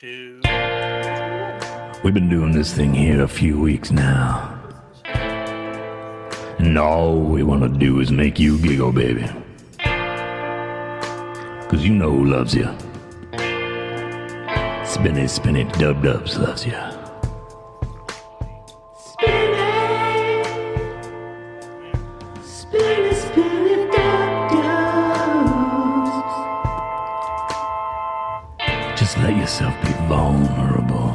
do. We've been doing this thing here a few weeks now. And all we want to do is make you giggle, baby. Cause you know who loves you. Spinny, spinny, dub dubs loves you. Just let yourself be vulnerable.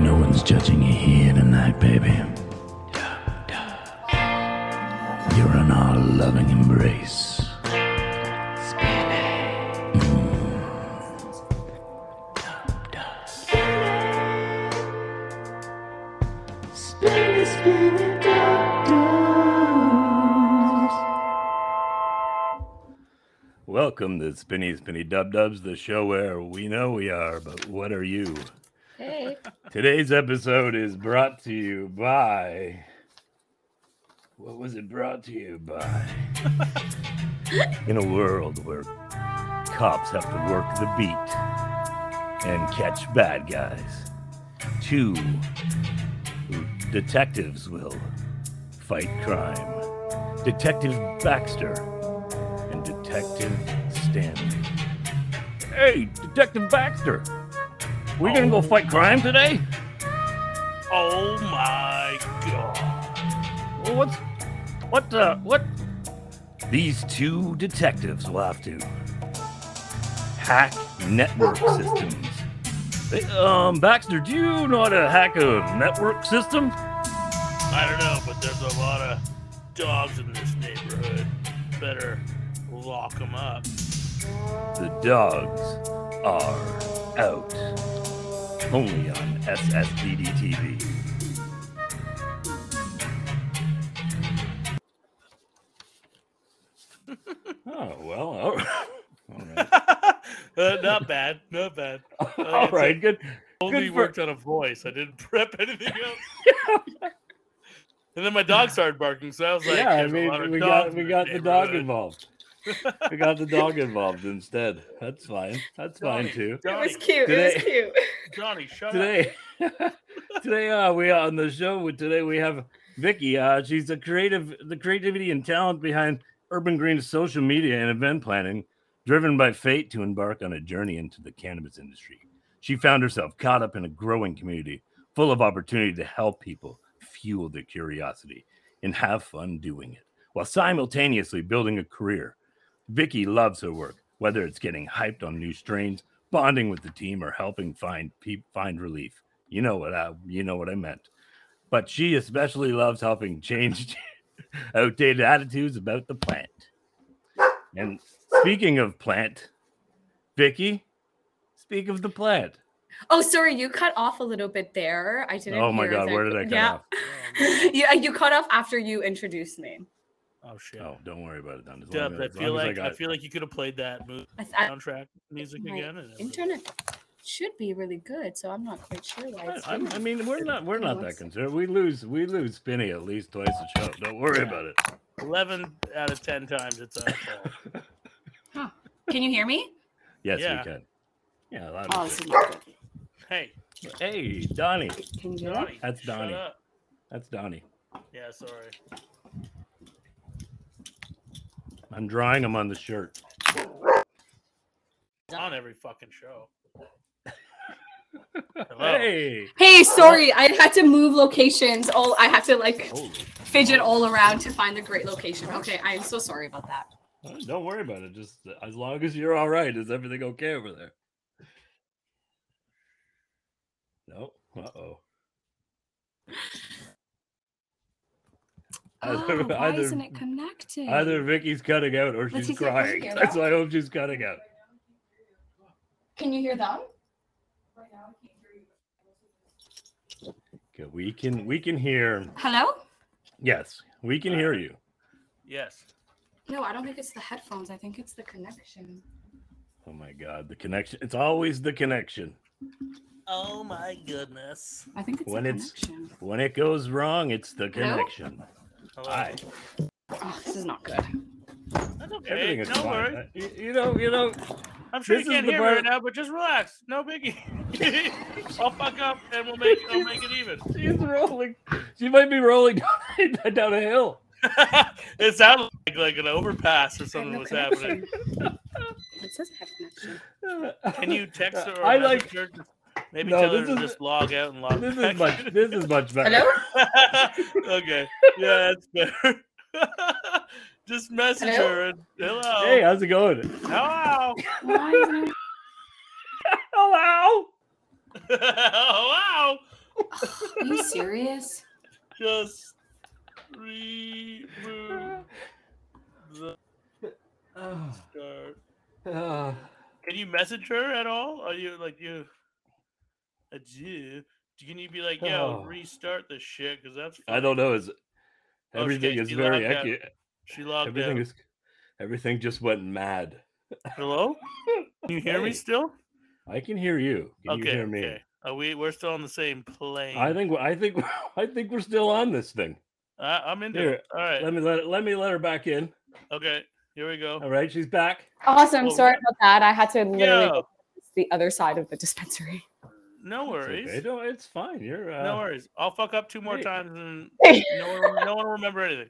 No one's judging you here tonight, baby. You're in our loving embrace. Welcome to Spinny Spinny Dub Dubs, the show where we know we are, but what are you? Hey. Today's episode is brought to you by. What was it brought to you by? In a world where cops have to work the beat and catch bad guys, two detectives will fight crime Detective Baxter and Detective Stanley. Hey, Detective Baxter! We gonna go fight crime today? Oh my god. Well, what's what uh what? These two detectives will have to hack network systems. Hey, um, Baxter, do you know how to hack a network system? I don't know, but there's a lot of dogs in this neighborhood. Better lock them up. The dogs are out. Only on SSBD TV. oh well, all right. All right. Uh, not bad. Not bad. I think All it's a- right, good. only Good for- worked on a voice. I didn't prep anything else. and then my dog started barking, so I was like, yeah, I "There's a lot mean, of we dogs got we in got this the dog neighborhood." involved. we got the dog involved instead. That's fine. That's fine Johnny, too. It Johnny, was cute. It was cute. Johnny, shut up. Today, today uh, we are on the show. With today we have Vicky. Uh, she's the creative, the creativity and talent behind Urban Green's social media and event planning, driven by fate to embark on a journey into the cannabis industry. She found herself caught up in a growing community full of opportunity to help people fuel their curiosity and have fun doing it while simultaneously building a career. Vicky loves her work, whether it's getting hyped on new strains, bonding with the team, or helping find pe- find relief. You know what I you know what I meant. But she especially loves helping change outdated attitudes about the plant. And speaking of plant, Vicky, speak of the plant. Oh, sorry, you cut off a little bit there. I didn't. Oh my hear God, that. where did I cut yeah. off? yeah, you cut off after you introduced me. Oh shit. Oh, don't worry about it, Don. As long as- Dubs, I as feel long as like I, got it. feel like you could have played that mo- I th- I- soundtrack music My again. and it would've- internet should be really good, so I'm not quite sure why it's. I, doing I that. mean, we're not we're not that concerned. We lose we lose Spinny at least twice a show. Don't worry about it. Eleven out of ten times it's our fault. Can you hear me? Yes, Yeah. we can. Yeah, loud Oh, and this clear. is not good. Hey, Hey, Donnie. Can you hear me? Donnie, That's shut Donnie. up. That's Donnie. Yeah, sorry. I'm drawing him on the shirt. On every fucking show. Hello. Hey. Hey, sorry, I had to move locations. All I had to like Holy. fidget all around to find the great location. Okay, I am so sorry about that. Oh, Don't worry about it. Just as long as you're all right, is everything okay over there? No. Uh oh. Oh, why isn't it connected? either Vicky's cutting out or Let's she's see if I can crying. hear That's that. why I hope she's cutting out. Can you hear them? Okay, we can we can hear. Hello? Yes, we can hear you. Yes. No, I don't think it's the headphones. I think it's the connection. Oh my God, the connection. It's always the connection. Oh my goodness. I think it's When the it's- connection. When it goes wrong, it's the Hello? connection. Hello. Hi. Oh, this is not good. That's okay. Everything is Don't fine. worry. Uh, y- You know, you know, I'm sure This you is can't the hear me part- right now, but just relax. No biggie. I'll fuck up and we'll make I'll make it even. She's rolling. She might be rolling down a hill. it sounded like, like an overpass or something no was connection. happening. It says I have connection. Can you text her? Or I message like- her? Maybe No, tell her this to is- just log out and log This back is much. This is much better. Hello? okay. Yeah, that's better. Just message Hello? her and hello. Hey, how's it going? Hello. Why is it- Hello. hello. Are you serious? Just remove the card. Can you message her at all? Are you like you? Uh, do Can you be like, yo, Oh. restart this shit? Because that's I don't know. Is Oh, everything shit, is she very logged out. ecu- she logged everything out. is everything just went mad. Hello? Can you hear me Hey. still? I can hear you. Can okay. you hear me? Okay. Are we we're still on the same plane. I think I think I think we're still on this thing. I, I'm into Here, it. All right. Let me let let me let her back in. Okay. Here we go. All right, she's back. Awesome. Well, Sorry about that. I had to literally Yeah. go to the other side of the dispensary. No It's okay. worries. No, it's fine. You're uh, No worries. I'll fuck up two more Hey. times and no one, will- no one will remember anything.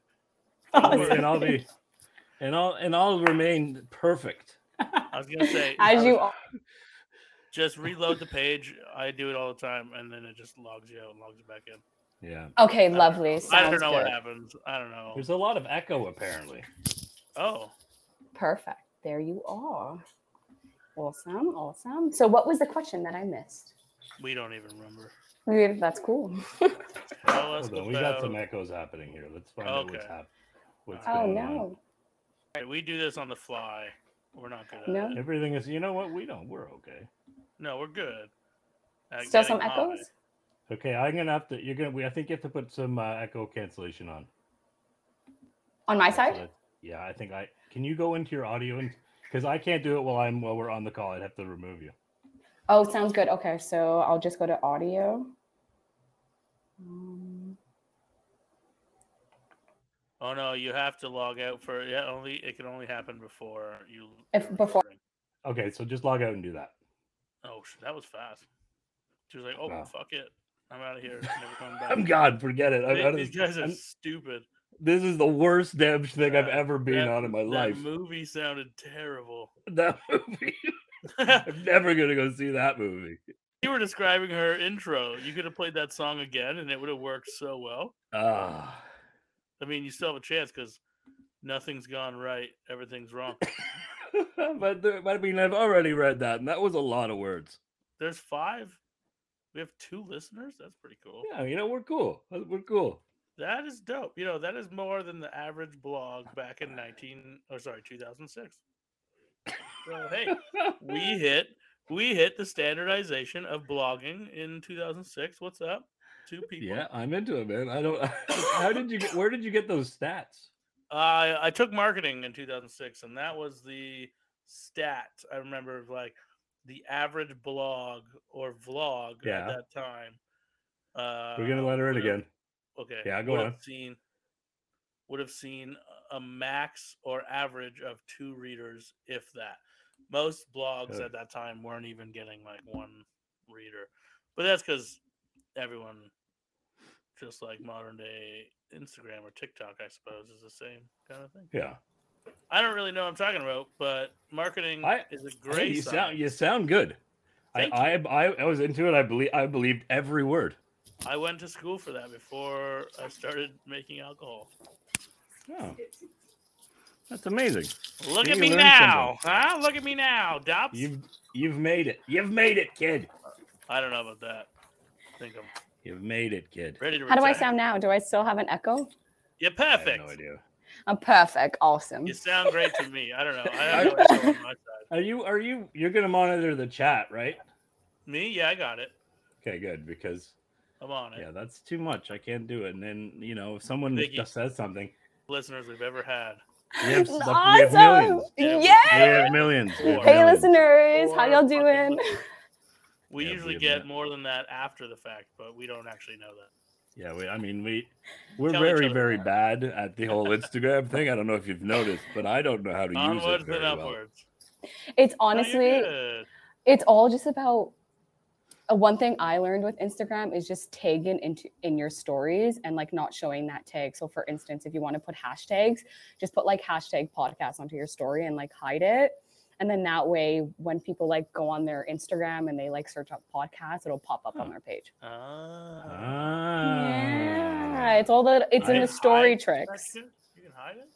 I'll be- and I'll be and I'll and I'll remain perfect. I was gonna say As you are. just reload the page. I do it all the time, and then it just logs you out and logs you back in. Yeah. Okay, don't I lovely. don't Sounds know what good. happens. I don't know. There's a lot of echo apparently. Oh, Perfect. There you are. Awesome. Awesome. So, what was the question that I missed? we don't even remember. Yeah, That's cool. Tell us Hold on, we got some about- echoes happening here. Let's find out what's Okay. happening. What's Oh, going on. no. Right, We do this on the fly. We're not good. At No. It. Everything is. You know what? We don't. We're okay. No, we're good. at Still getting some high. echoes? Okay, I'm gonna have to. You're gonna. We, I think you have to put some uh, echo cancellation on. On my That's what side? I- yeah, I think I can. You go into your audio and because I can't do it while I'm while we're on the call. I'd have to remove you. Oh, sounds good. Okay. So, I'll just go to audio. Hmm. Um, Oh no, you have to log out for yeah. Only it can only happen before you. If- you're before- recording. Okay, so just log out and do that. Oh, sh- that was fast. She was like, "Oh Wow. fuck it, I'm out of here. Never coming back." I'm God. Forget it. I'm, They- out of These this- guys are I'm- stupid. this is the worst damn thing I've Uh, ever been that- on in my that life. movie sounded terrible. That movie. you I'm never gonna go see that movie. were describing her intro. You could have played that song again, and it would have worked so well. Ah. I mean, you still have a chance because nothing's gone right. Everything's wrong. but, there, but I mean, I've already read that, and that was a lot of words. There's five. We have two listeners. That's pretty cool. Yeah, you know, we're cool. We're cool. That is dope. You know, that is more than the average blog back in 19 or sorry, 2006. So hey, we hit we hit the standardization of blogging in 2006. What's up? Two people. Yeah, I'm into it, man. I don't. How did you? get Where did you get those stats? I I took marketing in 2006 and that was the stat. I remember of, like the average blog or vlog Yeah. at that time. Uh We're gonna let her in would've- again. Okay. Yeah, go would on. Have seen, would have seen a max or average of two readers, if that. Most blogs Good. at that time weren't even getting like one reader, but that's because everyone, just like modern day Instagram or TikTok, I suppose, is the same kind of thing. Yeah. I don't really know what I'm talking about, but marketing I- is a Hey, great. you science. sound. You sound good. I, Thank I, I I was into it. I believe I believed every word. I went to school for that before I started making alcohol. Oh, that's amazing. Look See, at you me learned now, huh? Look at me now, Dobbs. You've you've made it. You've made it, kid. I don't know about that. I think I'm You've made it, kid. ready to. How do I retire. sound now? Do I still have an echo? You're I have perfect. no idea. I'm perfect. Awesome. You sound great to me. I don't know. I don't know what I sound on my side. Are you? Are you? You're gonna monitor the chat, right? Me? Yeah, I got it. Okay, good because I'm on it. yeah, that's too much. I can't do it. And then you know, if someone Vicky. just says something, Listeners we've ever had. we have, we have awesome. millions. Yeah, we- We Yeah. have millions. We have Hey, millions. listeners. How Or y'all fucking doing? listeners. We Yeah, usually we get admit. more than that after the fact, but we don't actually know that. Yeah, we, I mean, we we're Tell each very, other very about bad at the whole Instagram thing. I don't know if you've noticed, but I don't know how to use Onwards it very and well. upwards. It's No, you're honestly, good. it's all just about uh, one thing I learned with Instagram is just tagging into in your stories and like not showing that tag. So for instance, if you want to put hashtags, just put like hashtag podcast onto your story and like hide it. And then that way when people like go on their Instagram and they like search up podcasts, it'll pop up on their page. Ah. Uh, Yeah. Ah. It's all the it's in I- the story I- tricks. Section? You can hide it?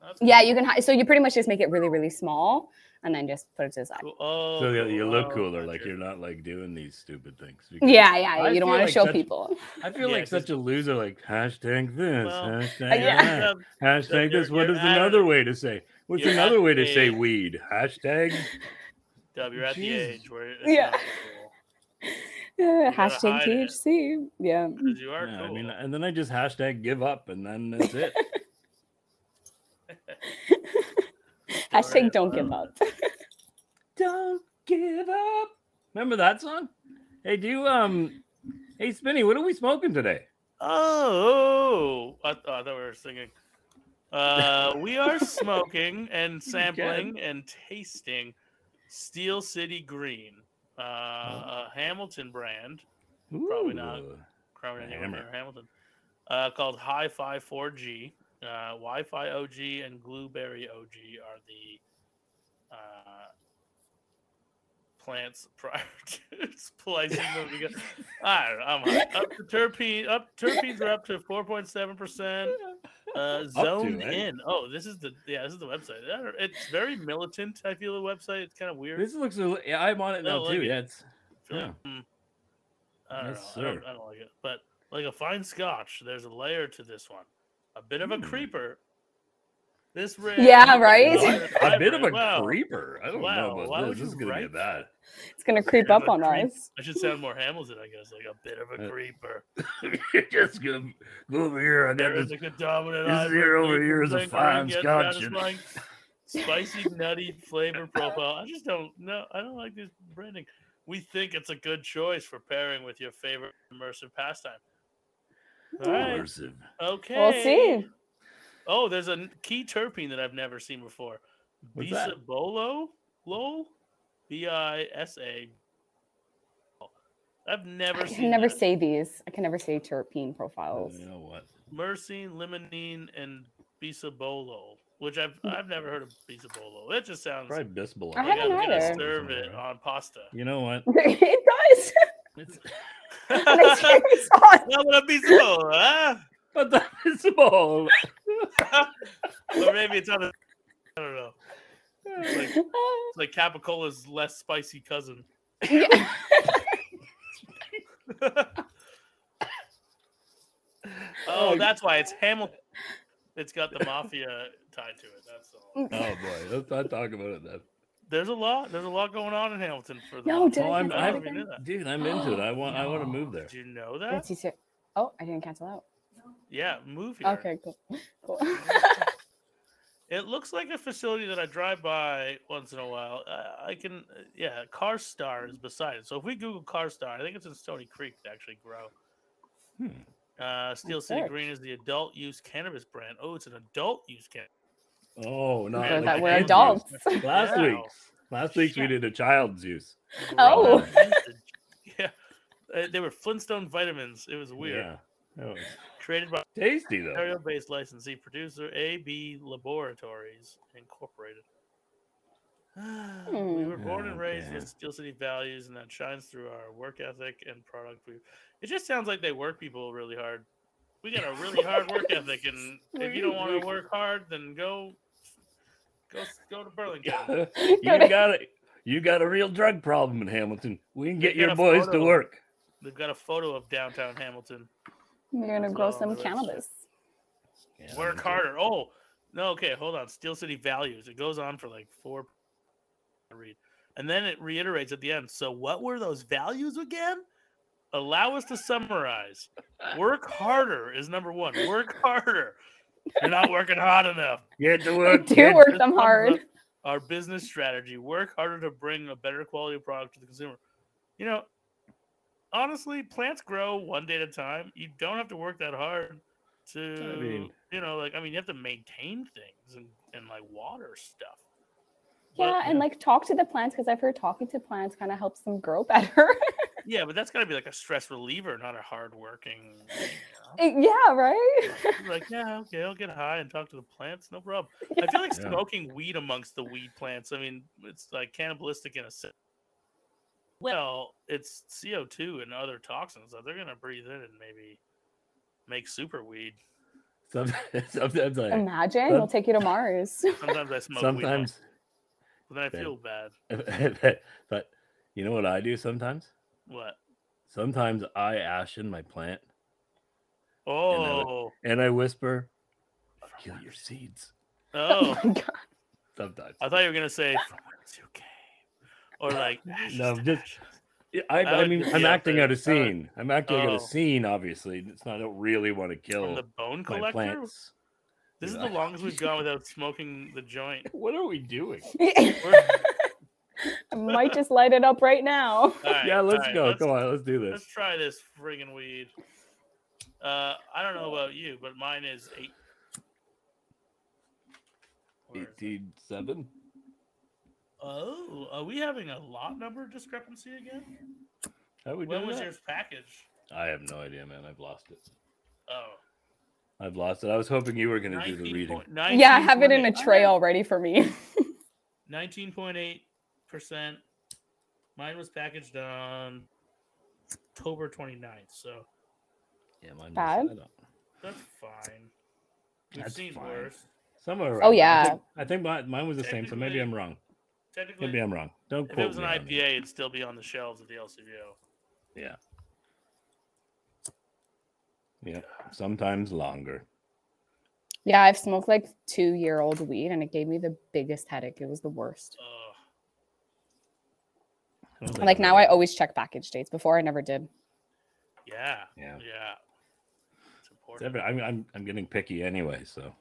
That's Yeah, cool. you can hi- so you pretty much just make it really, really small and then just put it to the side. Cool. Oh, So you, cool. you look Oh, cooler, gotcha. like you're not like doing these stupid things. because- Yeah, yeah, yeah. I You feel don't want to like show that's- people. I feel Yeah, like it's just- such a loser. Like hashtag this, Well, hashtag yeah. that. Um, Hashtag You're- this. What you're is at another it. way to say? What's You're at another way to the say age. weed? Hashtag. Dub, you're at the Jesus. age where it's Yeah. yeah. not cool. Yeah, gotta hashtag hide it. THC. Yeah. 'Cause you are Yeah, cool. I mean, and then I just hashtag give up, and then that's it. Hashtag don't give up. Don't give up. Remember that song? Hey, do you um? Hey, Spinny, what are we smoking today? Oh, I, th- I thought we were singing. Uh, we are smoking and sampling and tasting Steel City Green, uh, a Hamilton brand, Probably not. Ooh. probably not anywhere Hammer. near Hamilton, uh, called Hi Fi 4G. Uh, wi Fi OG and Blueberry OG are the uh, plants prior to splicing them together. I don't know. I'm high. up to terpene. Up terpenes are up to 4.7 percent. Uh, to, zoned eh? in. Oh, this is the yeah. This is the website. I don't- It's very militant. I feel the website. It's kind of weird. This looks. a li- Yeah, I'm on it I now like too. it. Yeah, it's I feel like, mm, I don't Yes, know. I don't, sir. I don't like it. But like a fine Scotch, there's a layer to this one. A bit of a Hmm. creeper. This red. Yeah, right? What? a bit of a Wow. creeper. I don't Wow, know why about would this. This is you gonna be write bad. It's gonna creep Yeah, up but on creep- us. I should sound more Hamilton, I guess. Like a bit of a Uh, creeper. You're just gonna go over here. I got There is this. like a dominant this hybrid here over grape here is a and fine grape Scotch. satisfying Spicy, nutty flavor profile. I just don't know. I don't like this branding. We think it's a good choice for pairing with your favorite immersive pastime. All right. Immersive. Okay. We'll see. Oh, there's a n- key terpene that I've never seen before. What's that? Bisabolo? Lol? B I S A. I've never I seen can never that. say these. I can never say terpene Oh, profiles. you know what? Myrcene, limonene, and bisabolo, which I've I've never heard of bisabolo. That just sounds Probably Bisbal. Hmm. I like haven't I'm either. gonna serve it on pasta. You know what? it does. It's, And it's cherry sauce. Not with a bisabolo, huh? but the Bisbal. Or maybe it's on a I don't know. It's like, Oh, it's like Capicola's less spicy cousin. yeah. Oh, Oh, that's why it's Hamilton. It's got the mafia tied to it. That's all. Mm. Oh boy, let's not talk about it then. There's a lot. There's a lot going on in Hamilton for the. No, mafia. Did I Oh, I'm, cancel I I'm, don't know if you everything? knew that. dude, I'm into it. I want, I want to move there. Did you know Let's that? see, see. Oh, I didn't cancel out. Yeah, move here. Okay, cool. Cool. It looks like a facility that I drive by once in a while. I, I can, yeah. CarStar is beside it. So if we Google CarStar, I think it's in Stony Creek to actually grow. Hmm. Uh, Steel City search. Green is the adult use cannabis brand. Oh, it's an adult use cannabis. Oh, not So like that the we're kids kids' adults. juice. Last Wow. week, last week we Shit. did a child's juice. Oh. Grown-up usage. yeah. Uh, They were Flintstone vitamins. It was weird. Yeah. That was Created by tasty though. Ontario based licensee producer AB Laboratories Incorporated. we were born and Oh, raised yeah. with Steel City values, and that shines through our work ethic and product. We, it just sounds like they work people really hard. We got a really hard work ethic, and if you don't want to work hard, then go go go to Burlington. you got it. You got a real drug problem in Hamilton. We can They get your got a boys to photo. work. They've got a photo of downtown Hamilton. You're gonna That's grow all on some the website. cannabis. Yeah, Work that's it. harder. Oh, no. Okay, hold on. Steel City values. It goes on for like four. I read, and then it reiterates at the end. So, what were those values again? Allow us to summarize. Work harder is number one. Work harder. You're not working hard enough. Get to I work. do kids. work This them sums hard. up Our business strategy: work harder to bring a better quality product to the consumer. You know, honestly, plants grow one day at a time. You don't have to work that hard to, mean- you know, like I mean, you have to maintain things and and like water stuff. Yeah, But- and like talk to the plants because I've heard talking to plants kind of helps them grow better. Yeah, but that's got to be like a stress reliever, not a hardworking. It- Eh, yeah, right? Like, yeah, okay, I'll get high and talk to the plants, no problem. I feel like Yeah. smoking weed amongst the weed plants. I mean, it's like cannibalistic in a sense. Well, it's CO two and other toxins that they're gonna breathe in and maybe make super weed. Sometimes, sometimes I, Imagine we'll take you to Mars. Sometimes I smoke weed, amongst- sometimes, but then I yeah. feel bad. but you know what I do sometimes? What? Sometimes I ashen my plant Oh, and I whisper, "Kill your seeds." oh! my God. Sometimes I thought you were gonna say from whence you came, or like ashes No, to just- ashes. Yeah, I, I I would mean, just I'm be out acting there. out a I would- scene. I'm acting out Oh. a scene. Obviously, it's not. I don't really want to from kill the bone my collector. plants. This is Dude, the I- longest we've gone without smoking the joint. What are we doing? I might just light it up right now. All right, yeah, all let's right, go. Let's, Come on, let's do let's this. try this friggin' weed. Uh, I don't know about you, but mine is eight. Where is it? Eighteen seven. Oh, are we having a lot number discrepancy again? How we When doing? was that? yours packaged? I have no idea, man. I've lost it. Oh, I've lost it. I was hoping you were going to do the 19 reading. point- Yeah, I have it in a 19.8. tray already for me. 19.8%. Mine was packaged on October 29th, so Yeah, mine was- Bad. I don't- that's fine. We've That's seen fine. worse. Somewhere. Oh, around there. I yeah. think, I think mi- mine, was the same, so maybe Technically- I'm wrong. Technically, Maybe I'm wrong. Don't if quote it was an me on that. IPA, it'd still be on the shelves at the LCBO. Yeah. Yeah. Sometimes longer. yeah, I've smoked like two year old weed and it gave me the biggest headache. It was the worst. Ugh. I don't think Like I've now I ever- always check package dates. Before I never did. yeah, Yeah. yeah. It's It's important. every- I'm, I'm, I'm getting picky anyway, so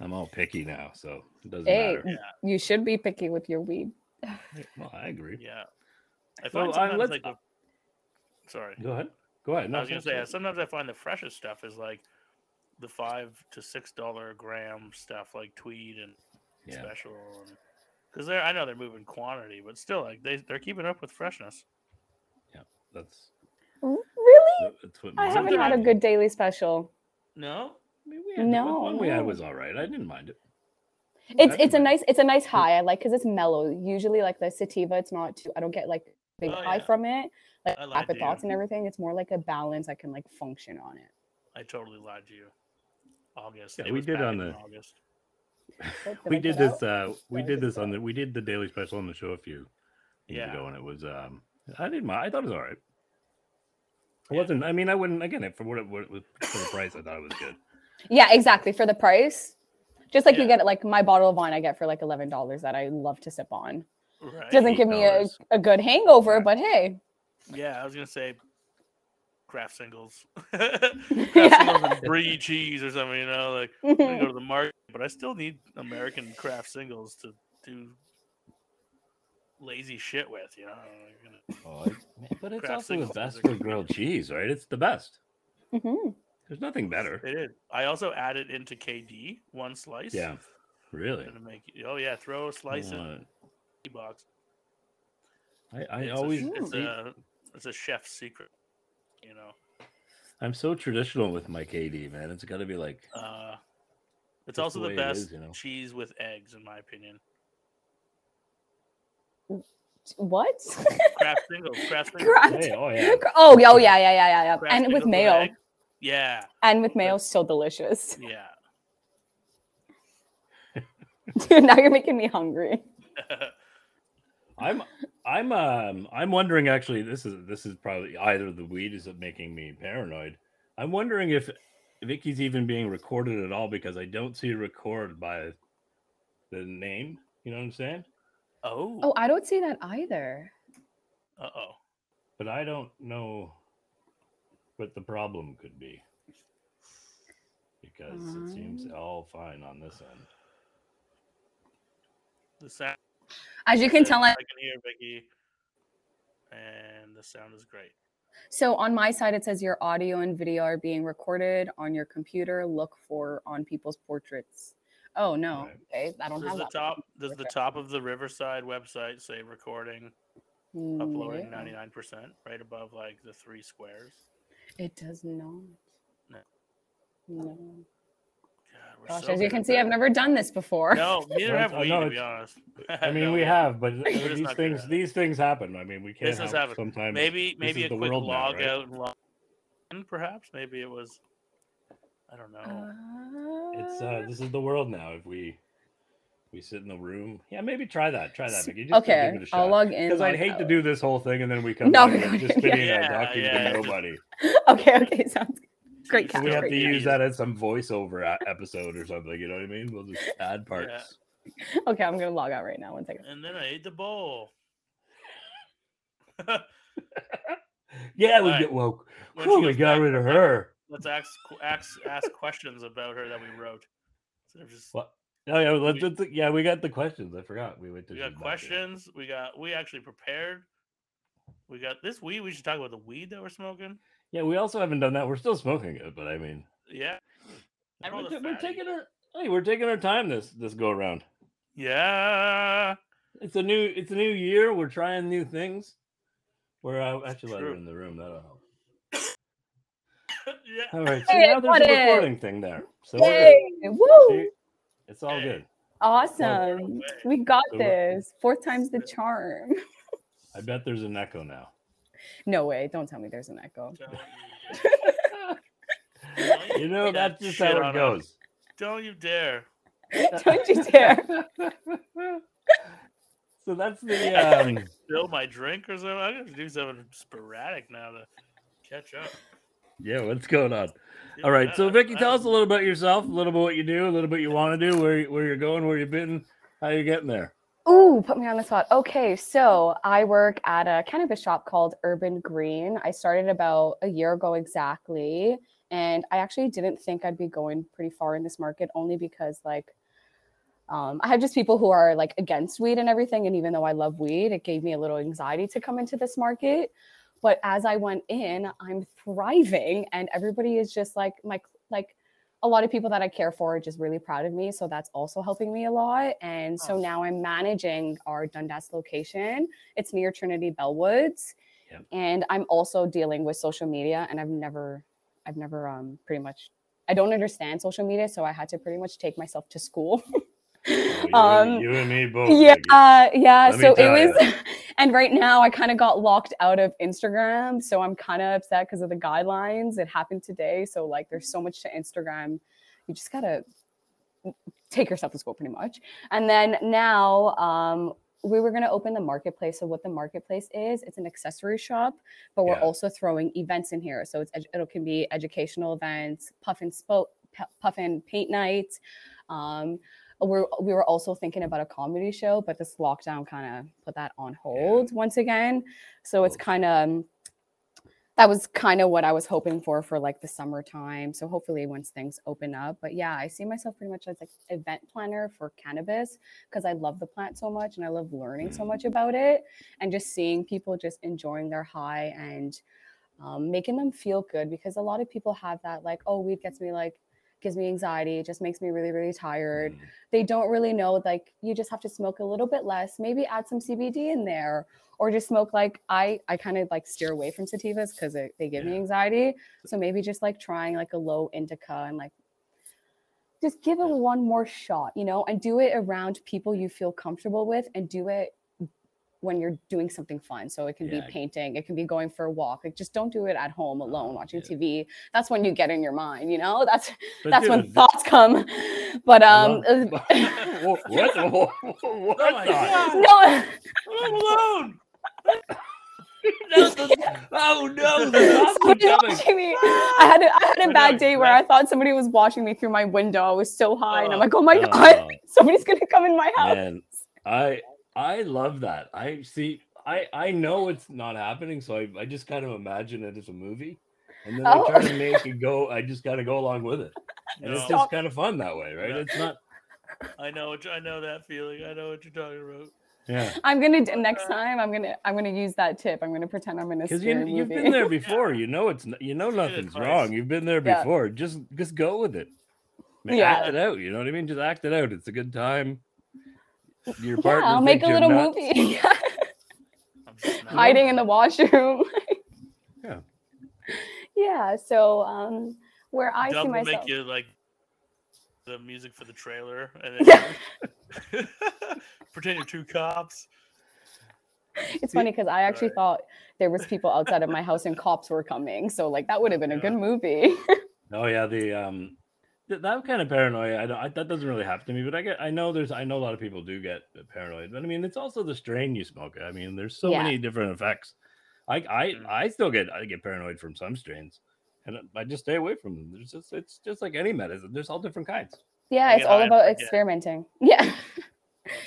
I'm all picky now, so it doesn't Hey, matter. you should be picky with your weed. Well, I agree. Yeah. I Well, find I- sometimes let's- like the... Sorry. Go ahead. Go ahead. No, I was gonna finish say uh, it. sometimes I find the freshest stuff is like the five to six dollar gram stuff, like Tweed and yeah. Special, because they're I know they're moving quantity, but still like they they're keeping up with freshness. That's, Really? that's what I mine haven't is. had a good daily special. No, I mean, we had the one- one No, we no. had was all right. I didn't mind it. It's That's it's a nice. nice it's a nice high. I like because it's mellow. Usually like the sativa, it's not too. I don't get like big Oh, high yeah. from it. Like I lied happy to you. thoughts and everything. It's more like a balance. I can like function on it. I totally lied to you. August. Yeah, It we was did back on in the- August. Wait, we I did cut out? this uh we Did I did cut this on out? the we did the daily special on the show a few years Yeah. ago and it was um i didn't mind i thought it was all right it Yeah. wasn't i mean i wouldn't again it- for what it, what it was for the price i thought it was good Yeah, exactly for the price. Just like Yeah. you get it, like my bottle of wine, I get for like eleven dollars that I love to sip on. Right. Doesn't give me a, $8. a good hangover, Yeah. but hey, Yeah, I was gonna say craft singles, craft singles Yeah. and brie cheese or something. You know, like I'm gonna go to the market, but I still need American craft singles to do lazy shit with. You know, You're gonna- oh, it's, man, but it's Craft also the singles best is a for good- grilled cheese right it's the best Mhm. there's nothing better it is. I also add it into KD one slice. yeah really gonna make oh yeah, throw a slice in Uh, the box. i, I It's a- always it's eat- a it's a chef's secret. You know, i'm so traditional with my kd man it's got to be like uh, That's it's the also the, way it best is, you know. cheese with eggs, in my opinion. what? Craft singles, craft singles. Craft- hey, oh yeah oh yeah, oh yeah, yeah, yeah, yeah, yeah. Craft And singles with mayo, egg. Yeah, and with mayo, so delicious. yeah. Dude, now you're making me hungry. I'm I'm um I'm wondering actually this is this is probably either the weed is making me paranoid. I'm wondering if Vicky's even being recorded at all because I don't see record by the name. You know what I'm saying? oh. Oh, I don't see that either. Uh oh. But I don't know what the problem could be. Because it seems all fine on this end. The sound. As you can tell, I I, can hear Vicky, and the sound is great. so on my side it says your audio and video are being recorded on your computer. Look for on people's portraits. Oh no. Right. Okay. I don't Does have the that. top does the top of the Riverside website say recording Mm, uploading yeah. ninety nine percent right above like the three squares? It does not. No. No. God, we're Gosh, so as you good can at see, I've that. never done this before. No, neither Right, have I we. know to be it's- honest, I mean, No, we have, but uh, just these not good things at it. these things happen. I mean, we can't Business help happens. sometimes. Maybe maybe is a the quick world now, log right? out and log in, perhaps. Maybe it was. I don't Uh, know. Ah. It's uh, this is the world now. If we we sit in the room, yeah, maybe try that. Try that. S- Vicky. Just uh, okay, give it a I'll shot. log in. Because I'd log hate to out. do this whole thing and then we come No, back and we- just spitting yeah. out documents Yeah, to yeah. nobody. Okay, okay, sounds good. Great Just So catch. we have to great catch. use that as some voiceover a- episode or something. You know what I mean? We'll just add parts. catch. Okay, I'm gonna log out right now. One second. And then I ate the bowl. Yeah, we Alright. get woke. When she Oh, we goes got back- rid of her. Let's ask ask ask questions about her that we wrote. Instead of just What? Oh yeah, let's, We- let's- yeah, we got the questions. I forgot. We went to we got Zimbabwe. questions. We got we actually prepared. We got this weed. We should talk about the weed that we're smoking. Yeah, we also haven't done that. We're still smoking it, but I mean, Yeah. I we're, rolled a ta- we're fatty. taking our hey, we're taking our time this this go around. Yeah. It's a new it's a new year. We're trying new things. We're uh, actually let her true. in the room. That'll help. yeah. All right, so Hey, now I there's got a it. recording thing there. So we're good. Yay! Woo! See? it's all Hey. good. Awesome. We got So what- this. Fourth time's the charm. I bet there's an echo now. No way! Don't tell me there's an echo. Don't you dare. Don't You know put that that's just shit how on it us. goes. Don't you dare. Don't you dare! so that's the um, Spill my drink or something. I gotta do something sporadic now to catch up. yeah. What's going on? Feel All right. bad. So Vicky, I tell us don't- a little about yourself, a little bit what you do, a little bit you want to do, where you- where you're going, where you've been, how you're getting there. Ooh, put me on the spot. Okay, so I work at a cannabis shop called Urban Green. I started about a year ago exactly, and I actually didn't think I'd be going pretty far in this market only because like um, I have just people who are like against weed and everything, and even though I love weed, it gave me a little anxiety to come into this market. But as I went in, I'm thriving, and everybody is just like my like a lot of people that I care for are just really proud of me. So that's also helping me a lot. And so Awesome. now I'm managing our Dundas location. It's near Trinity Bellwoods. Yep. And I'm also dealing with social media and I've never I've never um pretty much I don't understand social media, so I had to pretty much take myself to school. You, Um, and, you and me both. yeah, uh, Vicky. yeah. Let me so it tell ya. was and right now I kind of got locked out of Instagram, so I'm kind of upset because of the guidelines. It happened today, so like there's so much to Instagram. You just gotta take yourself to school, pretty much. And then now um, we were gonna open the marketplace. So what the marketplace is, it's an accessory shop, but we're Yeah. also throwing events in here. So it's edu- it can be educational events, puff and spoke, puff and paint nights. Um, we're, we were also thinking about a comedy show, but this lockdown kind of put that on hold once again. So it's Oof. kind of that was kind of what I was hoping for for like the summertime. So hopefully once things open up, but yeah, I see myself pretty much as like event planner for cannabis because I love the plant so much and I love learning so much about it and just seeing people just enjoying their high and um, making them feel good because a lot of people have that like, oh, weed gets me like gives me anxiety, it just makes me really really tired Mm. they don't really know like you just have to smoke a little bit less maybe add some cbd in there or just smoke like i i kind of like steer away from sativas because they give me Yeah. anxiety so maybe just like trying like a low indica and like just give it one more shot you know and do it around people you feel comfortable with and do it when you're doing something fun so it can Yeah. Oh, be painting it can be going for a walk like just don't do it at home alone watching yeah. tv that's when you get in your mind you know that's But that's when dude, thoughts come. But um, Well- wha- what? the- wha- what Oh my thought? God. no, I'm alone. That's the- Oh no! The thoughts somebody's are coming. watching me. I had a, I had I a know, bad day where I exactly. thought somebody was watching me through my window. I was so high, and I'm Oh, like, oh my god, Oh, somebody's gonna come in my house. man, I I love that. I see. I I know it's not happening, so I, I just kind of imagine it as a movie, and then Oh. I try to make it go. I just gotta go along with it, and it's No. just kind of fun that way, right? Yeah. It's not. I know. what you- I know that feeling. I know what you're talking about. Yeah, I'm gonna d- next time. I'm gonna I'm gonna use that tip. I'm gonna pretend I'm in a because scary you you've movie. been there before. You know it's n- you know Jesus nothing's Christ. wrong. You've been there Yeah. before. Just just go with it. Man, Yeah. Act it out. You know what I mean? Just act it out. It's a good time. Your yeah, partner I'll make thinks a you're little nuts. movie. I'm just not- hiding in the washroom. Yeah. Yeah. So um, where I Dub see will myself. make you like the music for the trailer, and then Yeah. pretend you're two cops. It's funny because I actually Right. thought there was people outside of my house and cops were coming. So like that would have been a good Yeah. movie. Oh yeah, the um, th- that kind of paranoia. I, don't, I that doesn't really happen to me, but I get. I know there's. I know a lot of people do get paranoid, but I mean, it's also the strain you smoke. I mean, there's so Yeah. many different effects. I I Mhm. I still get I get paranoid from some strains, and I just stay away from them. There's just it's just like any medicine. There's all different kinds. yeah, You it's know, all I about forget. experimenting. Yeah.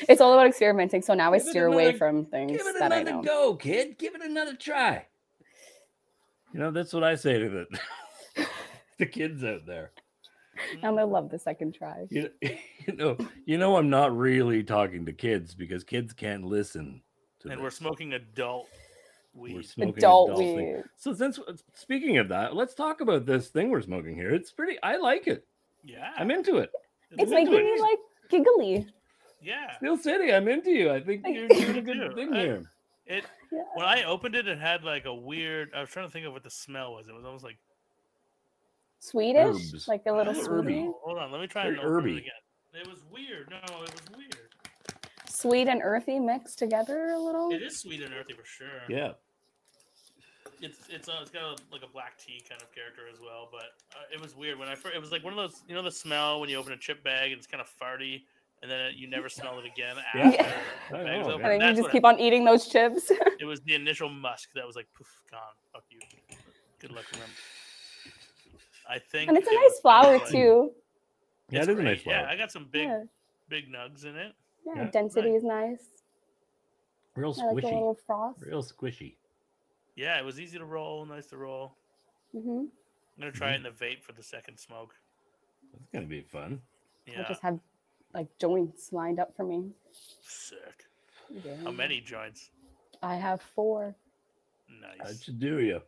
it's all about experimenting. So now I Give it steer away another- from things Give it that I another know. go, kid. Give it another try. You know, that's what I say to the the kids out there. And I love the second try. You know, you know, you know, I'm not really talking to kids because kids can't listen. To And we're this. smoking adult weed. We're smoking Adult thing. weed. So since speaking of that, let's talk about this thing we're smoking here. It's pretty. I like it. yeah, I'm into it. It's Isn't it making me nice? like giggly. yeah. Steel City, I'm into you. I think Like- you're doing a good Dude, thing I- here. It Yeah. when I opened it, it had like a weird. I was trying to think of what the smell was. It was almost like Swedish, Herbs. like a little Little herby. sweetie. Hold on, let me try Very and open herby. it again. It was weird. No, it was weird. Sweet and earthy mixed together a little. It is sweet and earthy for sure. Yeah. It's it's uh, it's got a, like a black tea kind of character as well, but uh, it was weird when I first. It was like one of those you know the smell when you open a chip bag and it's kind of farty, and then you never smell it again Yeah. after. the I bag's know, open. man. And then That's you what just keep on eating those chips. it, it was the initial musk that was like poof gone. Fuck you. Good luck with them. I think. and it's a it nice was flower like- too. Yeah, it's it is a nice great. Yeah, flower. I got some big yeah. big nugs in it. yeah, Yeah. density Right. is nice. Real I like the squishy. little frost. Real squishy. Yeah, it was easy to roll, nice to roll. hmm I'm gonna Mm-hmm. try it in the vape for the second smoke. That's gonna be fun. Yeah, I just have like joints lined up for me. sick. Yeah. How many joints? I have four. That Nice. should do you.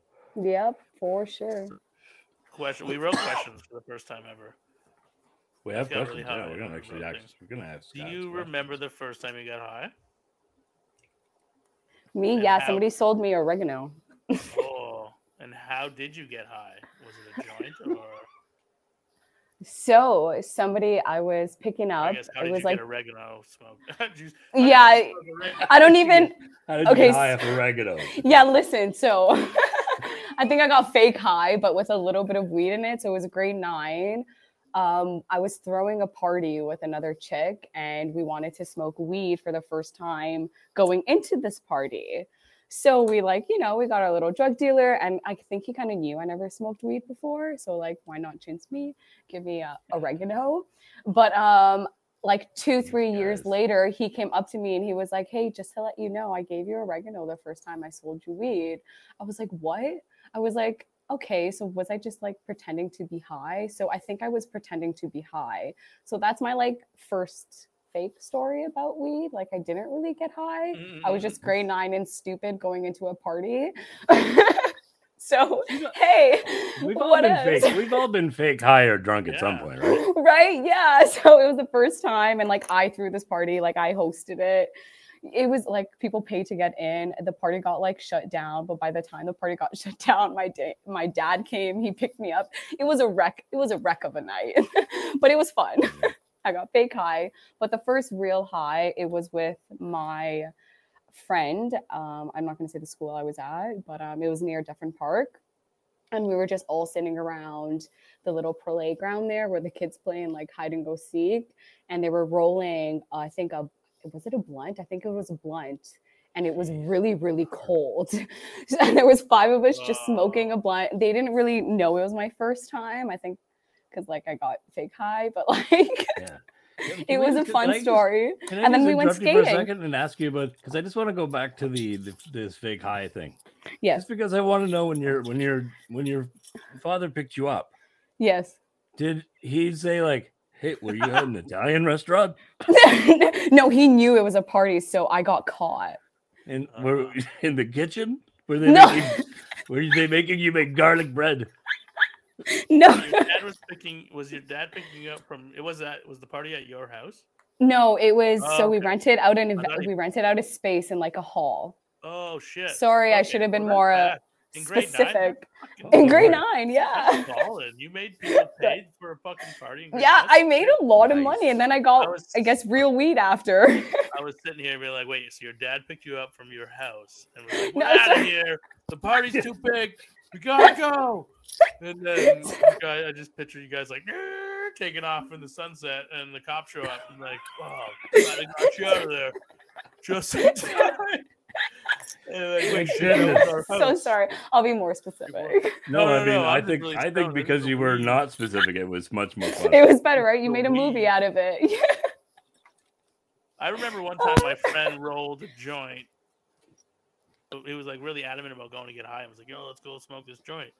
Yep, for sure. Question. We wrote questions for the first time ever. We have got really questions. hot yeah, right we're gonna now, actually bro. ask. We're gonna ask. Do Scott's you questions. remember the first time you got high? Me, And yeah, how- somebody sold me oregano. Oh, and how did you get high? Was it a joint or? So somebody I was picking I up, guess how it did was you like, get oregano smoke? How did you- how did yeah, you I, smoke oregano? I don't even, How did you Okay, get high off oregano? yeah, listen, so I think I got fake high, but with a little bit of weed in it. So it was grade nine. Um, I was throwing a party with another chick, and we wanted to smoke weed for the first time going into this party. So we like, you know, we got our little drug dealer, and I think he kind of knew I never smoked weed before. So like, why not chintz me? Give me a oregano. But um, like two, These three years guys. later, he came up to me and he was like, Hey, just to let you know, I gave you oregano the first time I sold you weed. I was like, What? I was like, Okay, so was I just like pretending to be high? So I think I was pretending to be high. So that's my like first fake story about weed. Like I didn't really get high. I Mm. was just grade nine and stupid going into a party. so hey, uh, We've all what been else? fake. We've all been fake high or drunk at some Yeah. point, right? right yeah so it was the first time and like i threw this party like i hosted it it was like people paid to get in the party got like shut down but by the time the party got shut down my day my dad came he picked me up it was a wreck it was a wreck of a night but it was fun i got fake high but the first real high it was with my friend um, i'm not going to say the school i was at but um, it was near dufferin park and we were just all sitting around the little playground there where the kids play and like hide and go seek and they were rolling uh, i think a was it a blunt i think it was a blunt and it was really really cold and there was five of us just smoking a blunt they didn't really know it was my first time i think because like i got fake high but like Yeah. it was a fun story. story Can I And then just we went interrupt you for a skating. second and ask you about because I just want to go back to the, the this fake high thing. Yes. Just because I want to know when your when your when your father picked you up, yes did he say like, "Hey, were you at an Italian restaurant?" no, he knew it was a party, so I got caught. And were in the kitchen? Were they No. making, were they making you make garlic bread? No, Your dad was picking. Was your dad picking you up from? It was that. Was the party at your house? no, it was so Oh, we okay. rented out an I event. thought he- We rented out a space in like a hall. Oh shit. Sorry, I Okay, should have been well, that's more uh, bad. In grade nine? specific. Fucking Oh, in grade alright. nine, that's yeah. Solid. You made people pay for a fucking party. in grade Yeah, nine? I made a lot of Nice. money and then I got, I was- I guess, real weed after. I was sitting here being like, wait, so your dad picked you up from your house and was like, No, we're out sorry. of here. The party's too big. We gotta go. And then you guys, I just picture you guys like "Grrr," taking off in the sunset, and the cops show up and like, oh, glad I got you out of there just in time. And they're like, wait, shit, that was our so house." sorry. I'll be more specific. No, No, no, I mean, no, I I'm just think really I think stoned. I because didn't you know were weed. not specific, it was much more fun. It was better, right? You The made a weed. movie out of it. I remember one time my friend rolled a joint. Oh, He was like really adamant about going to get high. I was like, yo, let's go smoke this joint.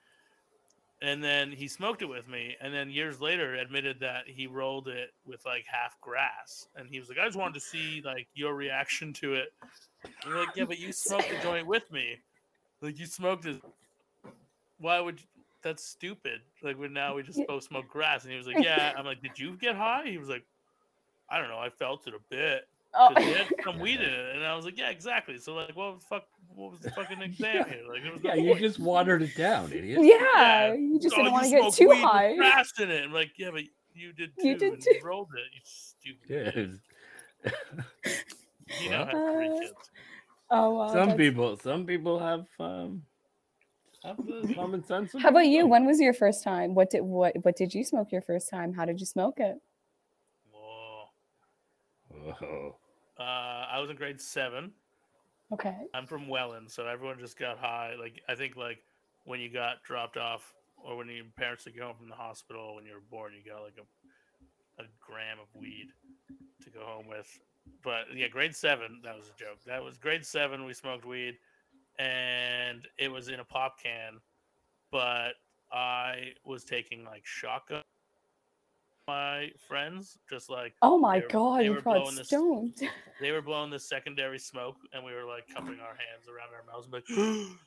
And then he smoked it with me. And then years later, admitted that he rolled it with like half grass. And he was like, I just wanted to see like your reaction to it. And we're like, yeah, but you smoked the joint with me. Like you smoked it. Why would you- that's stupid? Like we now we just both smoke grass. And he was like, yeah. I'm like, did you get high? He was like, I don't know. I felt it a bit. Oh, 'cause they had some weed in it, and I was like, "Yeah, exactly." So like, what the fuck? What was the fucking exam here? Like, it was no point. just watered it down, yeah. idiot. You just Oh, didn't you want to get smoked too weed with high. Grass in it. I'm like, yeah, but you did too. You did and too." rolled it. You stupid. idiot. You Well. know, I have three Uh, kids. Oh, wow. Some that's- people, some people have um, have the common sense. some How about people you? don't. When was your first time? What did what what did you smoke your first time? How did you smoke it? Whoa. Whoa. Uh, I was in grade seven. Okay. I'm from Welland, so everyone just got high. Like I think like when you got dropped off or when your parents took you home from the hospital when you were born, you got like a a gram of weed to go home with. But yeah, grade seven, that was a joke. That was grade seven, we smoked weed and it was in a pop can, but I was taking like shotgun my friends, just like Oh my They were- god, they you were brought blowing this- stoned. they were blowing this secondary smoke and we were like cupping our hands around our mouths like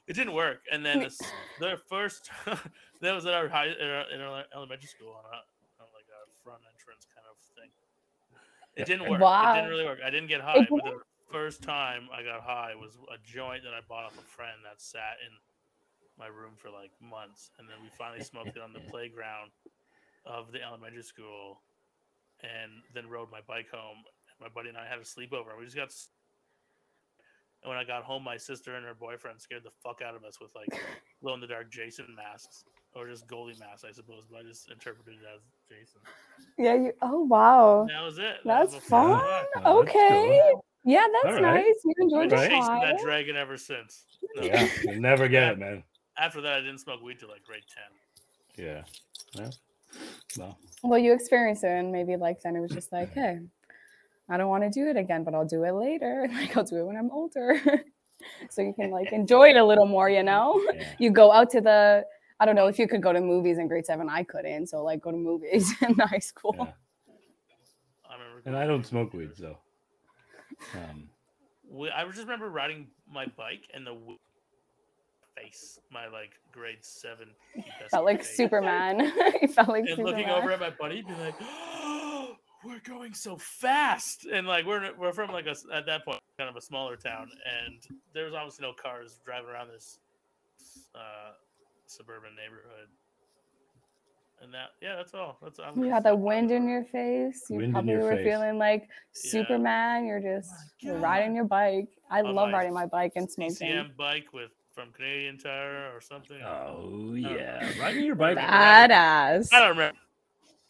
it didn't work and then this, their first that was at our high in our, in our elementary school on, a, on like a front entrance kind of thing it didn't work it Wow. didn't really work i didn't get high but didn't? the first time i got high was a joint that i bought off a friend that sat in my room for like months and then we finally smoked it on the playground of the elementary school and then rode my bike home my buddy and I had a sleepover. and We just got. s- And when I got home, my sister and her boyfriend scared the fuck out of us with like glow in the dark Jason masks or just goalie masks, I suppose. But I just interpreted it as Jason. Yeah, you oh wow. And that was it. That's that was my first fun. time. Yeah, that's cool. okay. Yeah, that's All right. nice. You enjoyed I've been your Right. chasing time. that dragon ever since. No. Yeah, you'll never get it, man. After that, I didn't smoke weed till like grade ten. Yeah. Yeah. Well, Well, you experienced it, and maybe like then it was just like, hey, I don't want to do it again, but I'll do it later. Like I'll do it when I'm older, so you can like enjoy it a little more. You know, yeah. you go out to the. I don't know if you could go to movies in grade seven. I couldn't, so like go to movies in high school. yeah. I remember. And I don't smoke weed, so. Um, We, I just remember riding my bike and the w- face, my like grade seven. Felt like face. Superman. you felt like and Superman. looking over at my buddy, be like, "We're going so fast!" And like we're we're from like a s- at that point kind of a smaller town, and there was obviously no cars driving around this uh, suburban neighborhood. And that, yeah, that's all. That's I'm you gonna had the stop wind talking. in your face. You Wind in probably your were face. feeling like Yeah. Oh Superman. You're just my riding your bike. I On love my riding my bike and smoking. CCM bike with from Canadian Tire or something. oh yeah, riding your bike. Badass. I don't remember.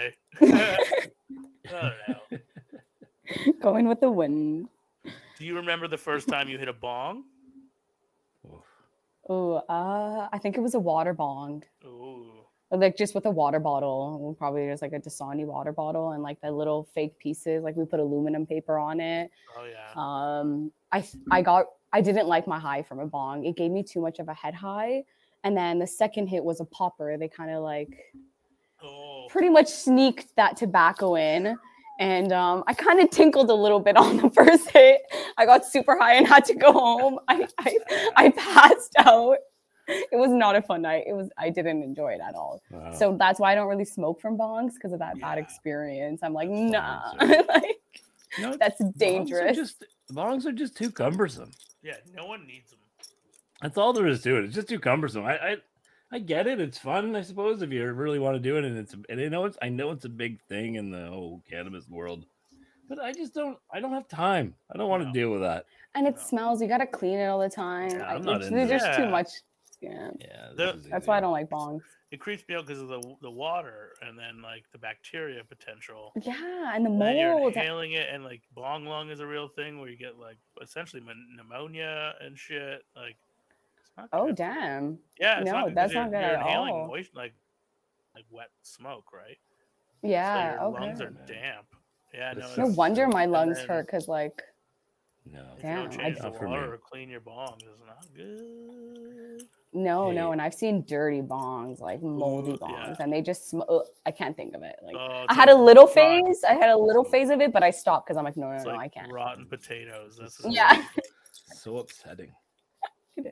I don't know. Going with the wind. Do you remember the first time you hit a bong? Oof. Oh, uh, I think it was a water bong. Ooh. Like just with a water bottle, probably just like a Dasani water bottle and like the little fake pieces. Like we put aluminum paper on it. Oh yeah. Um, I th- Mm-hmm. I got I didn't like my high from a bong. It gave me too much of a head high. And then the second hit was a popper. They kind of like Oh. pretty much sneaked that tobacco in. And um, I kind of tinkled a little bit on the first hit. I got super high and had to go home. I, I, I passed out. it was not a fun night. It was I didn't enjoy it at all. Wow. So that's why I don't really smoke from bongs because of that bad Yeah. experience. I'm like, That's nah, fine, like No, that's bongs are dangerous. just- Bongs are just too cumbersome. Yeah, no one needs them. That's all there is to it. It's just too cumbersome. I, I, I get it. It's fun, I suppose, if you really want to do it, and it's and I know it's I know it's a big thing in the whole cannabis world, but I just don't. I don't have time. I don't want to No. deal with that. and it No. smells. You gotta clean it all the time. Yeah, I- I'm not it's- into there's just too that. much. Yeah, Yeah, The- this is that's why I easy. don't like bongs. It creeps me out because of the the water and then like the bacteria potential. Yeah, and the And then you're mold. inhaling it, and like bong lung is a real thing where you get like essentially mon- pneumonia and shit. Like, it's not Oh good. damn. yeah, it's no, not good 'cause that's you're, not good you're at inhaling all. moist- like like wet smoke, right? So Yeah. your okay. lungs are Man. damp. Yeah, This no, is- No it's- wonder my and lungs then hurt because like No. If Damn, you I- don't change the Not for me. water or clean your bongs, it's not good. no, Hey. no, and I've seen dirty bongs, like moldy Ooh, yeah. bongs, and they just sm- ugh, I can't think of it. Like Oh, I it's had a like little rotten- phase. I had a little phase of it, but I stopped because I'm like, no, no, it's no, like Oh, I can't. Rotten potatoes. That's the- Yeah. So upsetting.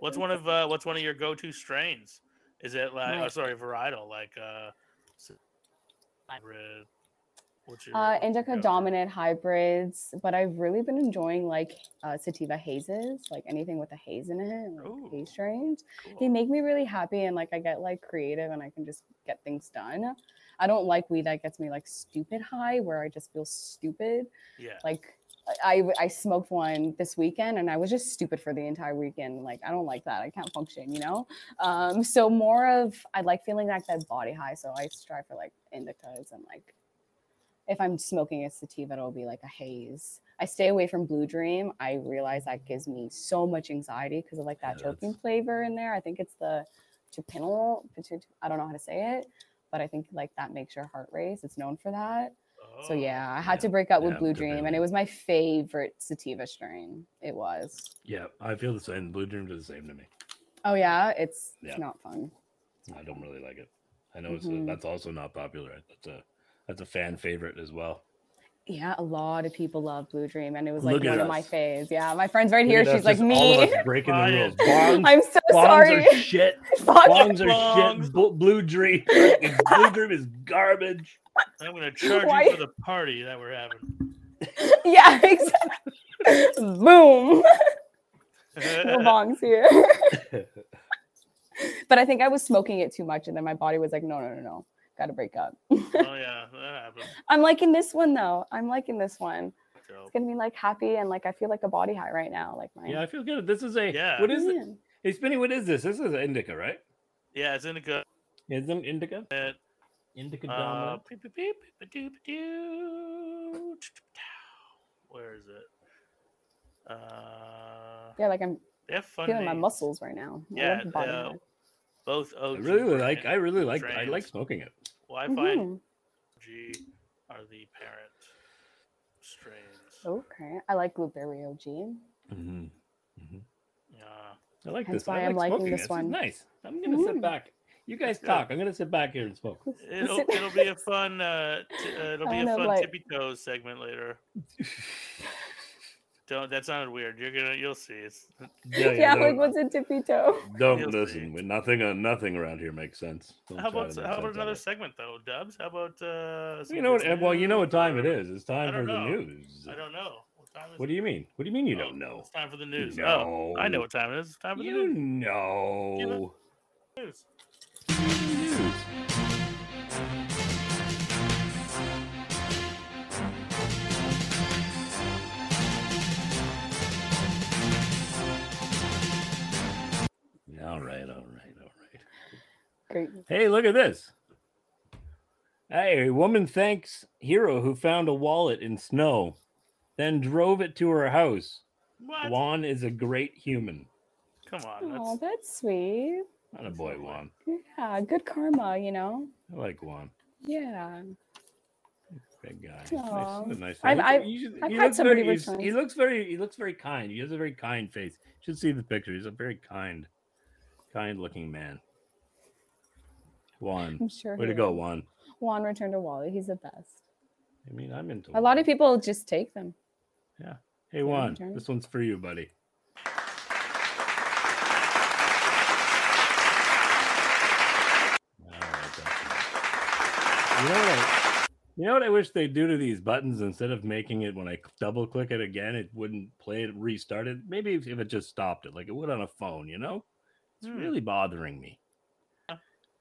What's one of uh, what's one of your go-to strains? Is it like My- oh sorry varietal like uh s- hybrid? What's your Uh, what's your indica go-to? dominant hybrids, but I've really been enjoying like uh, sativa hazes, like anything with a haze in it, like Ooh, haze strains. They Cool. make me really happy and like I get like creative and I can just get things done. I don't like weed that gets me like stupid high where I just feel stupid. Yeah, like I, I smoked one this weekend and I was just stupid for the entire weekend. Like I don't like that. I can't function, you know. Um, so more of I like feeling like that body high. So I strive for like indicas and like if I'm smoking a sativa, it'll be like a haze. I stay away from Blue Dream. I realize that gives me so much anxiety because of like that Yeah, that's- terpene flavor in there. I think it's the chupinol. I don't know how to say it, but I think like that makes your heart race. It's known for that. So Oh, yeah, I had yeah. to break up with Yeah, Blue good Dream, memory. and it was my favorite sativa strain. It was. Yeah, I feel the same. Blue Dream does the same to me. Oh yeah, it's Yeah. it's not fun. I don't really like it. I know it's Mhm. that's also not popular. That's a that's a fan favorite as well. Yeah, a lot of people love Blue Dream, and it was like Look at one of my us. faves. Yeah, my friend's right Look here. at us, She's like just all of me. us breaking the Buy rules. it. Bongs, I'm so bongs sorry. are shit. Fuck. Bongs are Bongs. shit. Bl- Blue Dream, fucking Blue Dream is garbage. Oh. I'm gonna charge Why- you for the party that we're having. yeah, exactly. Boom. No bongs here. but I think I was smoking it too much, and then my body was like, no, no, no, no, gotta break up. oh yeah, that happens. I'm liking this one though. I'm liking this one. So, It's gonna be like happy and like I feel like a body high right now. Like my Yeah, I feel good. This is a Yeah. what is it? Man. Hey Spinny, what is this? This is indica, right? yeah, it's indica. Is it indica? It, Indica uh, dominant. peep, peep, peep, ba-doo, ba-doo, Where is it? Uh, Yeah, like I'm they have fun. feeling my names. muscles right now. I Yeah, love body uh, high. Both I OG. really like. I brand- really like. I like Drains. smoking it. Well, I find Mhm. G are the parent strains. Okay, I like blueberry OG. Mm-hmm. Yeah. I like Hence this. one. why I I'm like liking smoking this this one. one. Nice. I'm gonna Mhm. sit back. You guys good. talk. I'm gonna sit back here and smoke. It'll, Sit- it'll be a fun uh, t- uh, it'll be a Kind of fun like- tippy toes segment later. Don't that sounded weird. You're gonna you'll see. It's Yeah, like what's a tippy toe? Don't You'll listen. we- Nothing on nothing around here makes sense. Don't how try about to make how sense about of another it. segment though, Dubs? How about uh You know what? eh, somebody's Well, you know what news time it or- is. It's time don't for the know. news. I don't know. What time is What it? do you mean? What do you mean you Oh, don't know? It's time for the news. No. Oh, I know what time it is. It's time for You the know. news. News. All right, all right, all right. Great. Hey, look at this. Hey, a woman thanks hero who found a wallet in snow, then drove it to her house. What? Juan is a great human. Come on. That's, Oh, that's sweet. Not a boy, Juan. Yeah, good karma, you know. I like Juan. Yeah. Great guy. Nice- Aw. he's a nice I've- guy. I've- He should- I've he had looks somebody very- he's- return. He looks very. He looks very kind. He has a very kind face. You should see the picture. He's a very kind, kind-looking man. Juan, I'm sure. way he to go, will. Juan. Juan returned a wallet. He's the best. I mean, I'm into A lot of people just take them. Hey Juan, return. this one's for you, buddy. You know what I, you know what I wish they do to these buttons instead of making it when I double click it again, it wouldn't play it, restart it. Maybe if, if it just stopped it, like it would on a phone, you know? It's Hmm. really bothering me.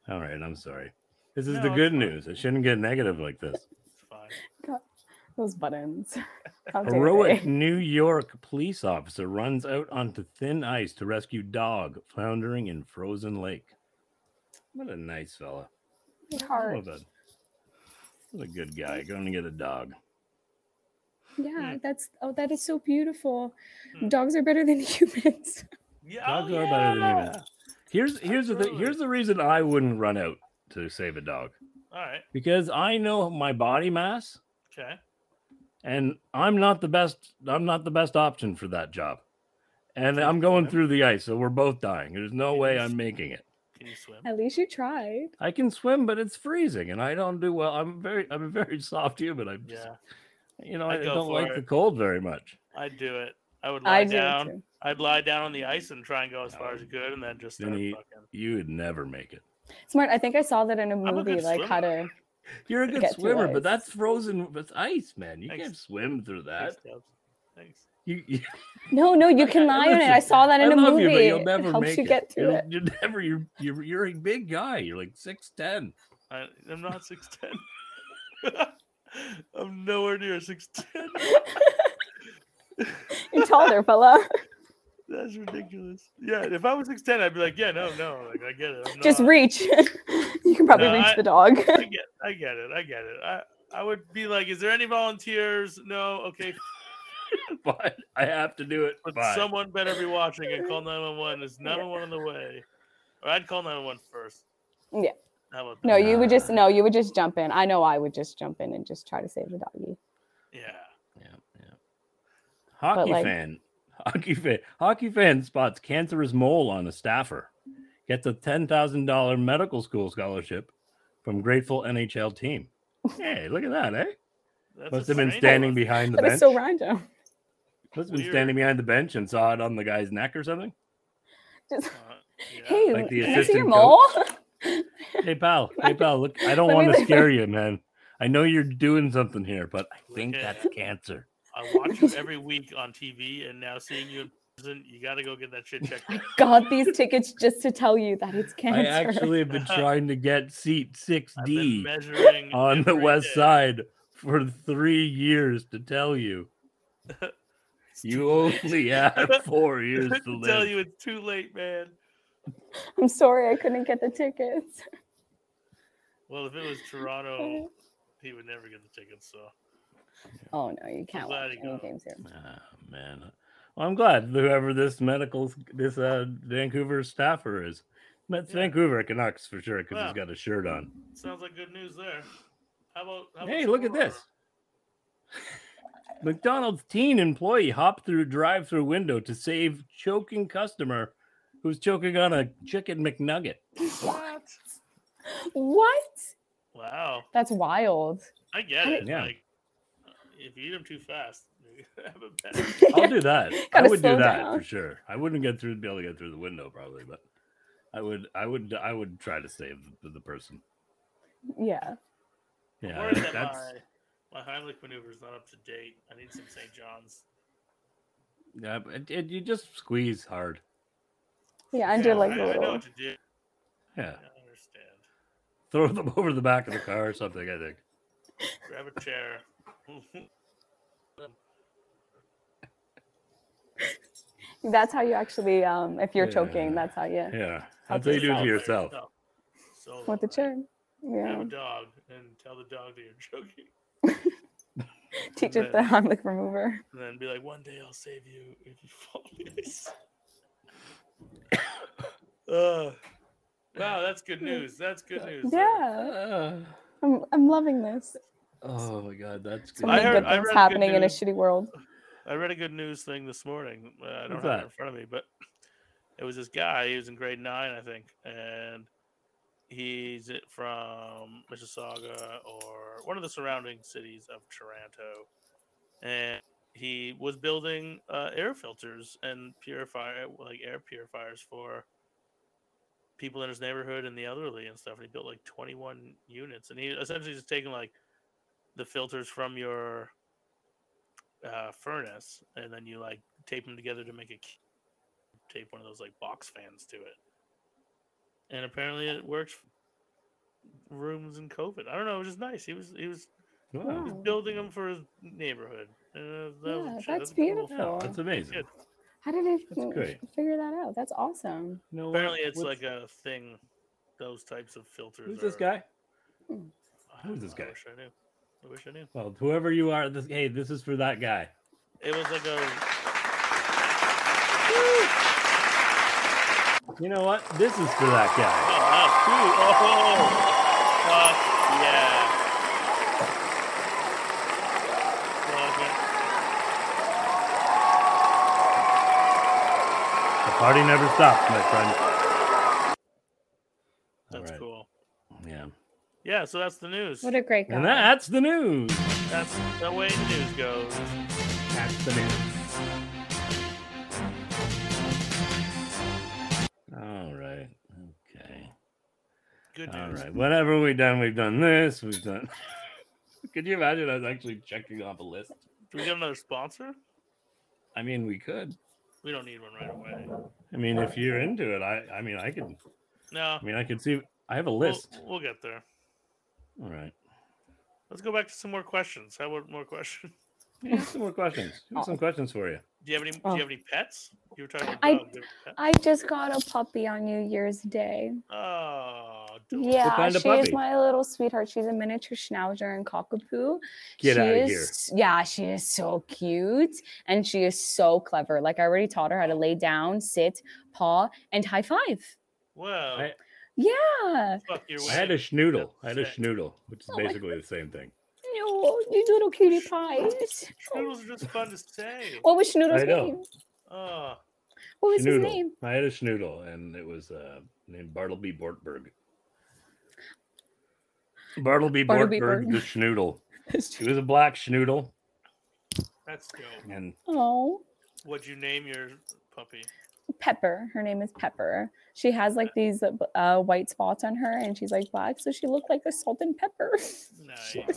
All right, I'm sorry. This is No, the it's good fine. news. It shouldn't get negative like this. It's fine. Those buttons. How dare Heroic they. New York police officer runs out onto thin ice to rescue dog floundering in frozen lake. What a nice fella. My What heart. a, what a good guy going to get a dog. Yeah, that's oh, that is so beautiful. Hmm. Dogs are better than humans. Yeah, Dogs oh, are better than yeah. humans. Here's here's the thing. Absolutely. Here's the reason I wouldn't run out to save a dog All right. because I know my body mass Okay. and I'm not the best. I'm not the best option for that job. And I'm going through the ice, so we're both dying. There's no way I'm making it. Can you swim? At least you tried. I can swim, but it's freezing, and I don't do well. I'm very, I'm a very soft human. I, just, Yeah, you know, I, I'd go don't for like it. the cold very much. I'd do it. I would lie I do down. too. I'd lie down on the ice and try and go as far as No. you could, and then just Then start he- fucking. You would never make it. Smart. I think I saw that in a a movie, good like how to. You're a good Get through swimmer, but ice. that's frozen. That's ice, man. You Thanks. can't swim through that. Thanks, Tubbs. Thanks. You, you No, no, you can lie on it. I listen, saw that in I a love movie. you, but you'll It never helps make you it. get through you'll, it. You're never. You're, you're you're a big guy. You're like six ten. I, I'm not six ten. I'm nowhere near six ten. You're taller, fella. That's ridiculous. Yeah, if I was six ten, I'd be like, yeah, no, no, like I get it. I'm Just not. reach. you can probably No, reach I- the dog. I get, I get it. I get it. I, I would be like, is there any volunteers? No. Okay, But I have to do it. But Fine. someone better be watching and call 911. Is 911 on the way? Or I'd call 911 first. Yeah. How about that? No, you would just Nah. no, you would just jump in. I know I would just jump in and just try to save the doggy. Yeah. Yeah, yeah. Hockey like- fan, hockey fan, hockey fan spots cancerous mole on a staffer, gets a ten thousand dollar medical school scholarship from grateful NHL team. Hey, look at that, eh? That's Must a have been strange standing one. behind the That is bench. so random. Must have been Weird. standing behind the bench and saw it on the guy's neck or something. Just, Uh, yeah. hey, Like the can I see your assistant mole? Hey pal, hey pal, look, I don't Let me want to leave scare you, man. I know you're doing something here, but I Look think at that's it. cancer. I watch you every week on TV, and now seeing you in prison, you got to go get that shit checked out. Got these tickets just to tell you that it's cancer. I actually have been trying to get seat six I've been D. measuring on the every west day. side for three years to tell you It's you too only have four years late. to I tell live. you it's too late, man. I'm sorry I couldn't get the tickets. Well, if it was Toronto, he would never get the tickets. So Oh no, you can't glad watch he any got 'em. games here. Ah, man, well, I'm glad whoever this medical this uh, Vancouver staffer is. That's Yeah. Vancouver Canucks for sure because Wow. he's got a shirt on. sounds like good news there. How about? How about Hey, look at tomorrow? this. McDonald's teen employee hopped through drive-through window to save choking customer who's choking on a chicken McNugget. What? What? Wow. That's wild. I get it. Yeah. Like, uh, if you eat them too fast, you're gonna have a bad. I'll do that. I Gotta would do slow that down. for sure. I wouldn't get through, be able to get through the window probably, but I would, I would, I would try to save the, the person. yeah. Yeah, Worried that that's my, my Heimlich maneuver is not up to date. I need some St. John's. yeah. but It, it- you just squeeze hard. Yeah, and do Yeah, like I, the I know little what to do. Yeah, I understand. throw them over the back of the car or something. I think. Grab a chair. that's how you actually um if you're Yeah. choking, that's how you Yeah, I'll that's what you do do to that. yourself. So with the chair. Have Yeah. a dog and tell the dog that you're joking, Teach it the that. Heimlich remover. and then be like, "One day I'll save you if you fall in the ice." uh, wow, that's good news. That's good news. sir. Yeah. I'm I'm loving this. oh my god, that's So good. I many heard- good I things read good happening in a news. shitty world. I read a good news thing this morning. Uh, I don't What's have that? it in front of me, but it was this guy. He was in grade nine, I think, and he's from Mississauga or one of the surrounding cities of Toronto, and he was building uh, air filters and purifier like air purifiers for people in his neighborhood and the elderly and stuff. And he built like 21 units, and he essentially just taking like the filters from your uh, furnace, and then you like tape them together to make a key- tape one of those like box fans to it. And apparently, it works. f- Rooms in COVID. I don't know. It was just nice. He was he was he was Wow. Wow. building them for his neighborhood. And, uh, that was- Yeah, shit, that's cool. beautiful. Yeah, that's amazing. Good. How did they That's f- great. figure that out? That's awesome. You know what? Apparently, it's What's- like a thing. Those types of filters. who's this are- guy? I Who's this I guy? wish I knew. I wish I knew. Well, whoever you are, this hey, this is for that guy. It was like a You know what? This is for that Oh, guy. wow, cool. Oh, fuck yeah. Love Uh-huh. The it. party never stops, my friend. All That's right. cool. Yeah, Yeah, so that's the news. What a great guy. and that's the news. That's the way the news goes. That's the news. All right. Okay. Good All news. right. Whatever we've done, we've done this. We've done. Could you imagine us actually checking off a list? Do we get another sponsor? I mean, we could. We don't need one right away. I mean, if you're into it, I. I mean, I could. No. I mean, I could see. I have a we'll- list. We'll, get there. All right. Let's go back to some more questions. How about more questions? Yeah, some more questions. We have Some questions for you. Do you have any do Oh. you have any pets? You were talking about I- dogs. Do you have any pets? I just got a puppy on New Year's Day. Oh adorable. Yeah, kind of she puppy? is my little sweetheart. She's a miniature schnauzer and cockapoo. Get she out of is, here. Yeah, she is so cute and she is so clever. Like I already taught her how to lay down, sit, paw, and high five. Well, I- Yeah. fuck your way. I had a schnoodle. I had a Sick. schnoodle, which is Oh my basically the same thing. No, you little cutie pies. Schnoodles are just fun to say. Oh. What was I Schnoodle's know. name? Oh, What was his Schnoodle. name? I had a schnoodle, and it was uh, named Bartleby Bortberg. Bartleby, Bartleby Bortberg, Borg. the schnoodle. He was a black schnoodle, that's dope. and Oh, What'd you name your puppy? Pepper. Her name is Pepper. She has like these uh, b- uh, white spots on her, and she's like black, so she looked like a salt and pepper. Nice. wow.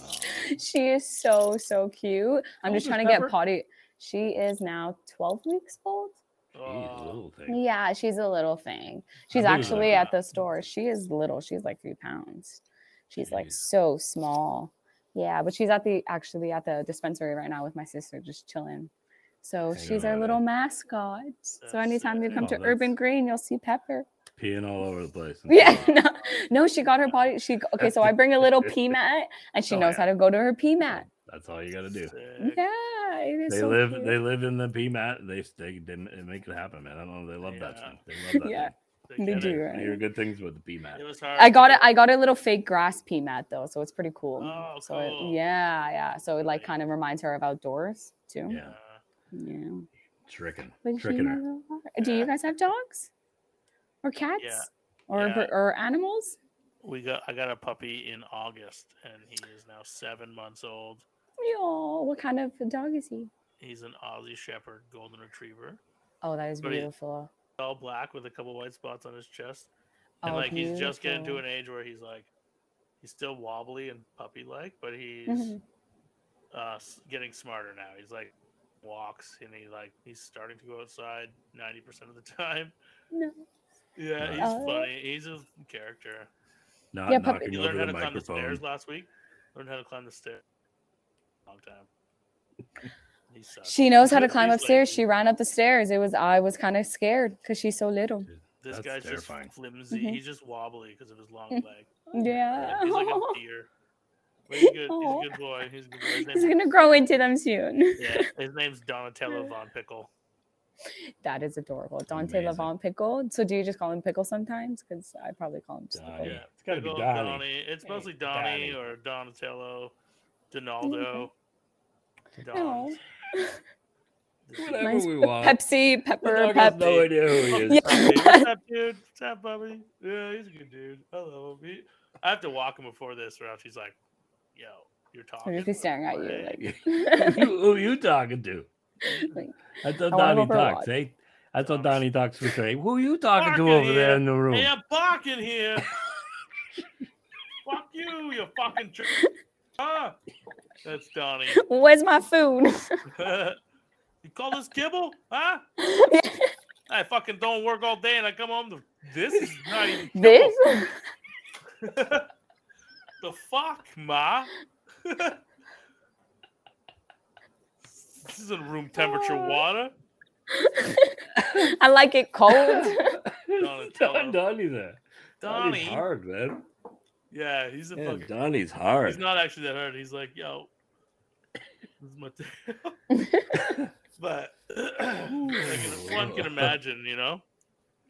she is so so cute. I'm just How old is trying to Pepper? get potty. She is now 12 weeks old. Jeez, Oh, little thing. uh, Yeah, she's a little thing. She's big is that actually at rat? the store. She is little. She's like three pounds. She's like Jeez. so small. Yeah, but she's at the actually at the dispensary right now with my sister, just chilling. So Hanging she's our around, little eh? mascot. That's So anytime you it. come Oh, to that's- Urban Green, you'll see Pepper. Peeing all over the place. and Yeah, stuff. no, no, she got her body. She okay. So I bring a little pee mat, and she Oh, knows yeah. how to go to her pee mat. That's all you got to do. sick. Yeah, it is. They so live. cute. They live in the pee mat. They they, they make it happen, man. I don't know. They love that Yeah. thing. They love that. Yeah, thing. They get do, it. I right? hear good things about the pee mat. It was hard. I to got it. get- I got a little fake grass pea mat though, so it's pretty cool. Oh, So it- cool. yeah, yeah. So it like Nice. kind of reminds her of outdoors too. Yeah, Uh, yeah. tricking, But she tricking her. knows a lot. Do Yeah. you guys have dogs or cats or yeah. bir- or animals? we got. I got a puppy in August, and he is now seven months old. Yo, what kind of dog is he? He's an Aussie Shepherd Golden Retriever, Oh, that is But it- beautiful. all black with a couple white spots on his chest, and Oh, like he's just getting to beautiful. an age where he's like, he's still wobbly and puppy-like, but he's Mhm. Mm-hmm. uh, s- getting smarter now. He's like walks and he like he's starting to go outside ninety percent of the time. No. Yeah, he's Oh. Nice. funny. He's a character. Not Yeah, puppy- knocking He over learned how the to climb the stairs microphone. last week. Learned how to climb the stairs. Long time. He sucks. She knows how to He's climb like- upstairs. She ran up the stairs. It was I was kind of scared because she's so little. This That's guy's terrifying. just flimsy. Mm-hmm. Mhm. He's just wobbly because of his long leg. Yeah. Oh, He's like a deer. But he's good. He's Aw. a good boy. He's a good boy. His He's name- gonna grow into them soon. yeah, his name's Donatello von Pickle. That is adorable. Dante Amazing. Levon Pickle. So do you just call him Pickle sometimes? Because I probably call him just Donnie. Pickle. Yeah, It's gotta be Pickle, Donnie. It's Hey, mostly Donnie. Donnie or Donatello, Mm-hmm. Donaldo. No. Don. Whatever Mine's we Pe- want. Pepsi, The Pepper, dog has Pep. no idea who he is. Yeah. What's up, dude? What's up, Bobby? Yeah, he's a good dude. I love him. He- I have to walk him before this, or else he's like, "Yo, you're Or talking." if he's staring at Hey, you, who, who you talking to? like, That's how I wanna Donnie overwatch. talks. Hey, That's what Thomas. Donnie talks for say. Who are you talking to Fucking over there yeah. in the room? Hey, I'm parking here. Fuck you, you fucking tr- Ah, that's Donnie. Where's my food? you call this kibble? Huh? I fucking don't work all day and I come home to this is not even kibble. This? the fuck, ma? this isn't room temperature water. I like it cold. Donnie, tell Don, him. Donnie there. Donnie's Donnie. hard, man. Yeah, he's a Yeah, fucking Donnie's hard. He's not actually that hurt. He's like, yo, this is my thing. but like, one can imagine, you know?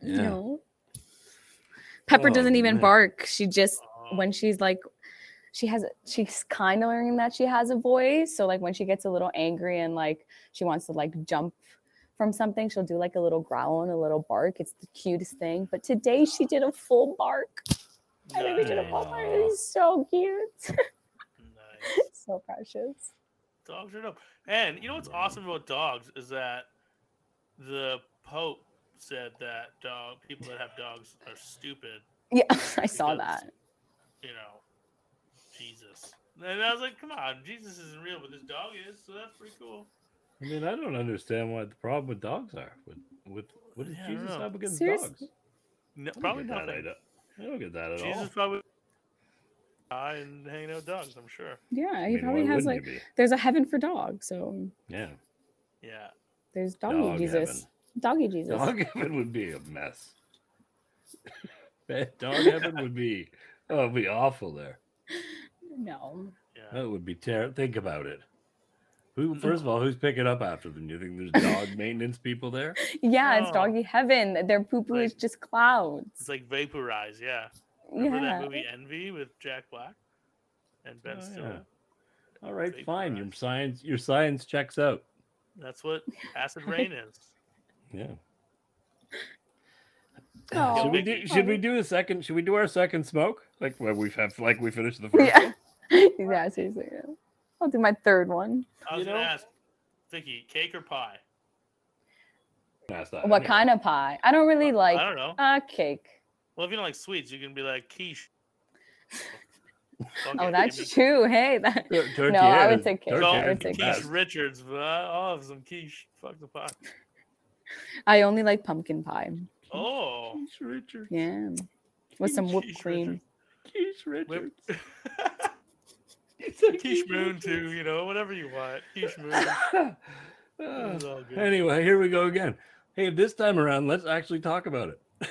yeah. No. Pepper Oh, doesn't even man. bark. She just Uh, when she's like she has she's kind of learning that she has a voice. So like when she gets a little angry and like she wants to like jump from something, she'll do like a little growl and a little bark. It's the cutest thing. But today she did a full bark. Oh, I think we did a full bark. It was so cute. nice. so precious. Dogs are dope. And you know what's awesome about dogs is that the Pope said that dog people that have dogs are stupid. Yeah, I saw because, that. You know, Jesus. And I was like, come on, Jesus isn't real, but this dog is, so that's pretty cool. I mean, I don't understand what the problem with dogs are. With with what does Yeah, I don't Jesus know. have against Seriously? dogs? No, I don't probably get that not. idea. I don't get that at all. Jesus probably I and hanging out with dogs, I'm sure. Yeah, I he mean, probably why has wouldn't like you there's a heaven for dogs. So be? yeah, Yeah. there's doggy Dog Jesus. heaven. Doggy Jesus. Dog heaven would be a mess. That dog heaven would be oh, it'd be awful there. No. Yeah. That would be terrible. Think about it. Who first of all, who's picking up after them? You think there's dog maintenance people there? Yeah, No. it's doggy heaven. Their poo poo is Like- just clouds. It's like vaporize, yeah. Remember that Yeah. movie Envy with Jack Black and Ben Oh, yeah. Stiller? All right, They fine. Your drive. science, your science checks out. That's what acid rain is. Yeah. Aw. Should we do? Should we Aw. do a second? Should we do our second smoke? Like where we have, like we finished the first. Yeah. yeah, seriously. yeah. I'll do my third one. I was You gonna know? ask Vicky, cake or pie? Last time, What anyway. kind of pie? I don't really like I don't know. uh cake. well, if you don't like sweets, you can be like quiche. Fuck it, Oh, give me- that's true. Hey, that Tur- Turkey No, I would is- say cake. turkey No, I is would the say cake. quiche best. Richards, but I'll have some quiche. Fuck the pie. I only like pumpkin pie. Oh, Quiche Richards. Yeah. With some whipped Quiche cream. Quiche whip. Richards. It's a quiche moon too. You know, whatever you want. Quiche moon. It Ah. was all good. anyway, here we go again. Hey, this time around, let's actually talk about it.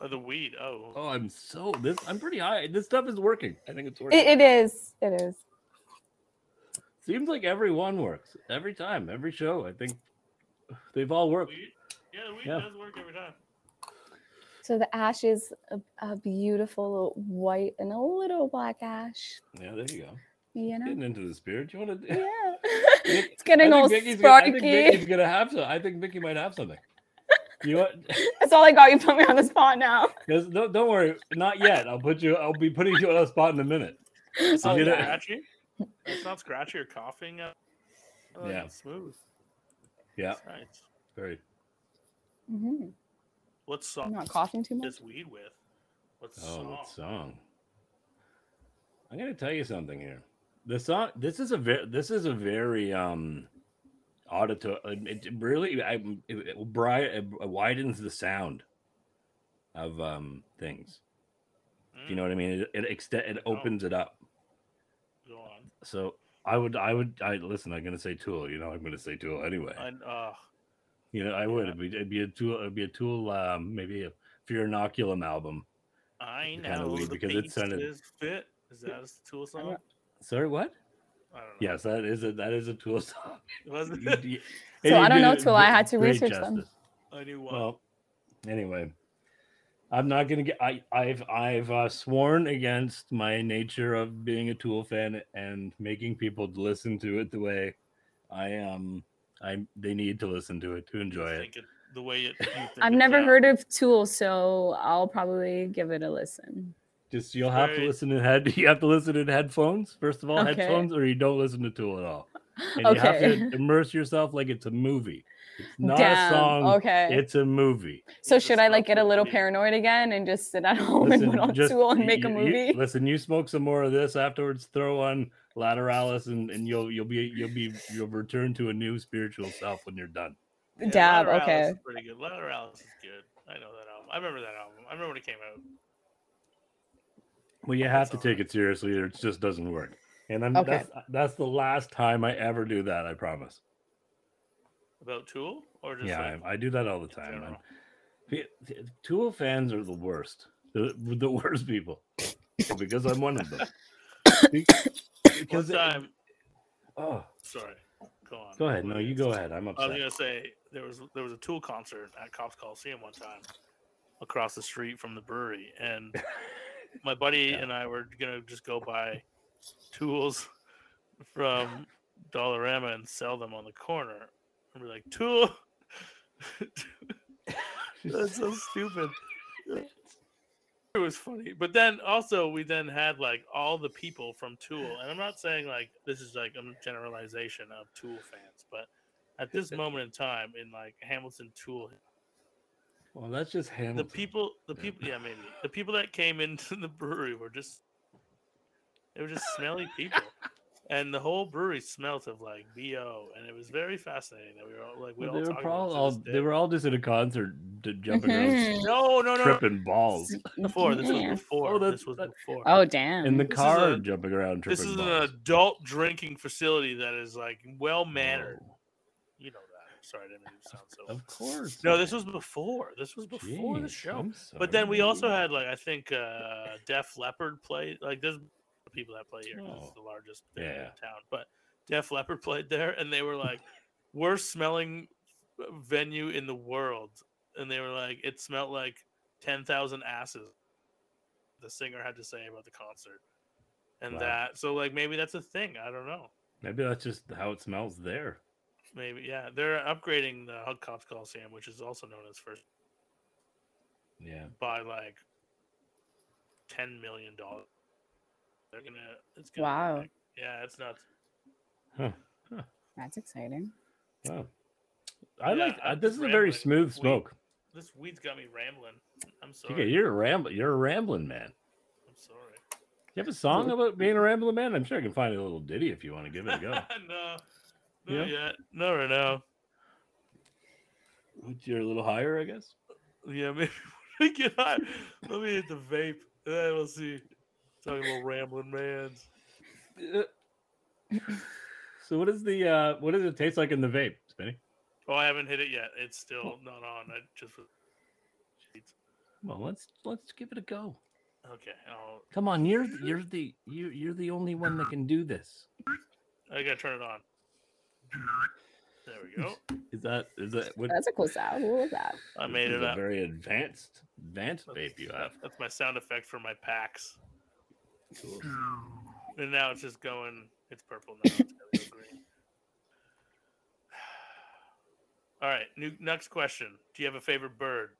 Oh, the weed. Oh, Oh, I'm so this. I'm pretty high. This stuff is working. I think it's working. It, it is. It is. Seems like every one works every time, every show. I think they've all worked. weed. Yeah, the weed Yeah. does work every time. So the ash is a, a beautiful white and a little black ash. Yeah, there you go. You know? Getting into the spirit. You want to? Yeah. Vic- it's getting all Vicky's gonna- I think sparky. Vicky's gonna have some. I think Vicky might have something. You want? That's all I got. You put me on the spot now. Yes, don't, don't worry, not yet. I'll put you. I'll be putting you on a spot in a minute. It's not you know- scratchy. It's not scratchy or coughing. Uh, I Oh, like Yeah. it smooth. Yeah, It's nice. very. Mhm. What I'm song not coughing too much. this weed with? What Oh, song? what song? I'm gonna tell you something here. The song. This is a very. This is a very um, auditory. It it really, I, it, it, bri- it widens the sound of um things. Mm, If You know what I mean? It it, extend, it Oh. opens it up. Mm, Go on. So I would, I would, I listen. I'm gonna say Tool. You know, I'm gonna say Tool anyway. And, uh, You know, I would. Yeah. It'd be, it'd be a tool. It'd be a tool. Um, maybe a Fear Inoculum album. I It's know kinda weird the because it beast sounded- is fit. Is that a Tool song? Sorry, what? Uh-huh. I don't know. Yes, that is a that is a tool song. Was You- it? you- So and I you don't did know it Tool, I had to great research them. I knew one. Well, anyway, I'm not gonna get. I I've I've uh, sworn against my nature of being a Tool fan and making people listen to it the way I um I they need to listen to it to You enjoy it. think the way it. you think I've it never sounds. heard of Tool, so I'll probably give it a listen. Just you'll have to Right. listen in head. You have to listen in headphones first of all, Okay. headphones, or you don't listen to Tool at all. And you have Okay. to immerse yourself like it's a movie. It's not Damn. a song. Okay. It's a movie. so It's a should I like get a little self-made- paranoid again and just sit at home and put on just- Tool and you- make a you- movie? You, listen, you smoke some more of this afterwards. Throw on Lateralis, and, and you'll you'll be you'll be you'll return to a new spiritual self when you're done. Yeah, Dab. Louder Alice Okay. is pretty good. Louder Alice is good. I know that album. I remember that album. I remember when it came out. Well, you have to That's all take it seriously, or it just doesn't work. And I'm, Okay. that's that's the last time I ever do that. I promise. About Tool or just yeah, like, I, I do that all the in time. general? I'm- the- the Tool fans are the worst. The, the worst people because I'm one of them. Be- One because it- time, oh, sorry, go on. go ahead. What No, were you gonna go say? ahead. I'm I was upset. gonna say there was there was a Tool concert at Cops Coliseum one time across the street from the brewery, and my buddy Yeah. and I were gonna just go buy tools from Dollarama and sell them on the corner. And we're like, Tool, that's so stupid. It was funny, but then also we then had like all the people from Tool, and I'm not saying like this is like a generalization of Tool fans, but at this moment in time in like Hamilton Tool Well, that's just the Hamilton. people the people yeah maybe the people that came into the brewery were just they were just smelly people and the whole brewery smelt of like bo and it was very fascinating that we were all like we Well, all they were talk probably about all it to this they day. were all just at a concert d- jumping around, Mhm. no no no, no tripping balls before this was Yeah. before Oh, that- this was that- before Oh damn. in the This is car, a- jumping around, tripping this is an balls. adult drinking facility that is like well mannered Oh, you know that sorry i didn't mean to sound so of course. no man. this was before this was before the Jeez, show I'm But then we sorry. also had like I think uh Def Leppard play like there's people that play here 'cause Oh, it's the largest thing in yeah. town. But Def Leppard played there and they were like worst smelling venue in the world. And they were like it smelled like ten thousand asses. The singer had to say about the concert. And Wow. that so like maybe that's a thing. I don't know. maybe that's just how it smells there. Maybe yeah. They're upgrading the Hug Cops Coliseum, which is also known as first Yeah, by like ten million dollars. They're gonna. It's gonna be Wow. big. yeah, it's nuts. That's exciting. wow. I Yeah, like I'm I, this just is a very rambling. smooth We- smoke. This weed's got me rambling. I'm sorry. Okay, you're a ramble. You're a rambling man. I'm sorry. You have a song about being a rambling man. I'm sure I can find a little ditty if you want to give it a go. no, not Yeah? yet. No, right now. you're a little higher, I guess. Yeah, maybe when I get high. Let me hit the vape. and Then we'll see. Talking about rambling man's. So what is the uh what does it taste like in the vape, Spinny? Oh, I haven't hit it yet. It's still not on. I just Well, let's let's give it a go. okay. I'll, Come on, you're you're the you you're the only one that can do this. I gotta turn it on. There we go. Is that is that what That's a cool sound. What was that? I this made is it a up. Very advanced advanced That's- vape you have. That's my sound effect for my packs. Cool. And now it's just going. It's purple now. It's gotta go green. All right. New, next question. Do you have a favorite bird?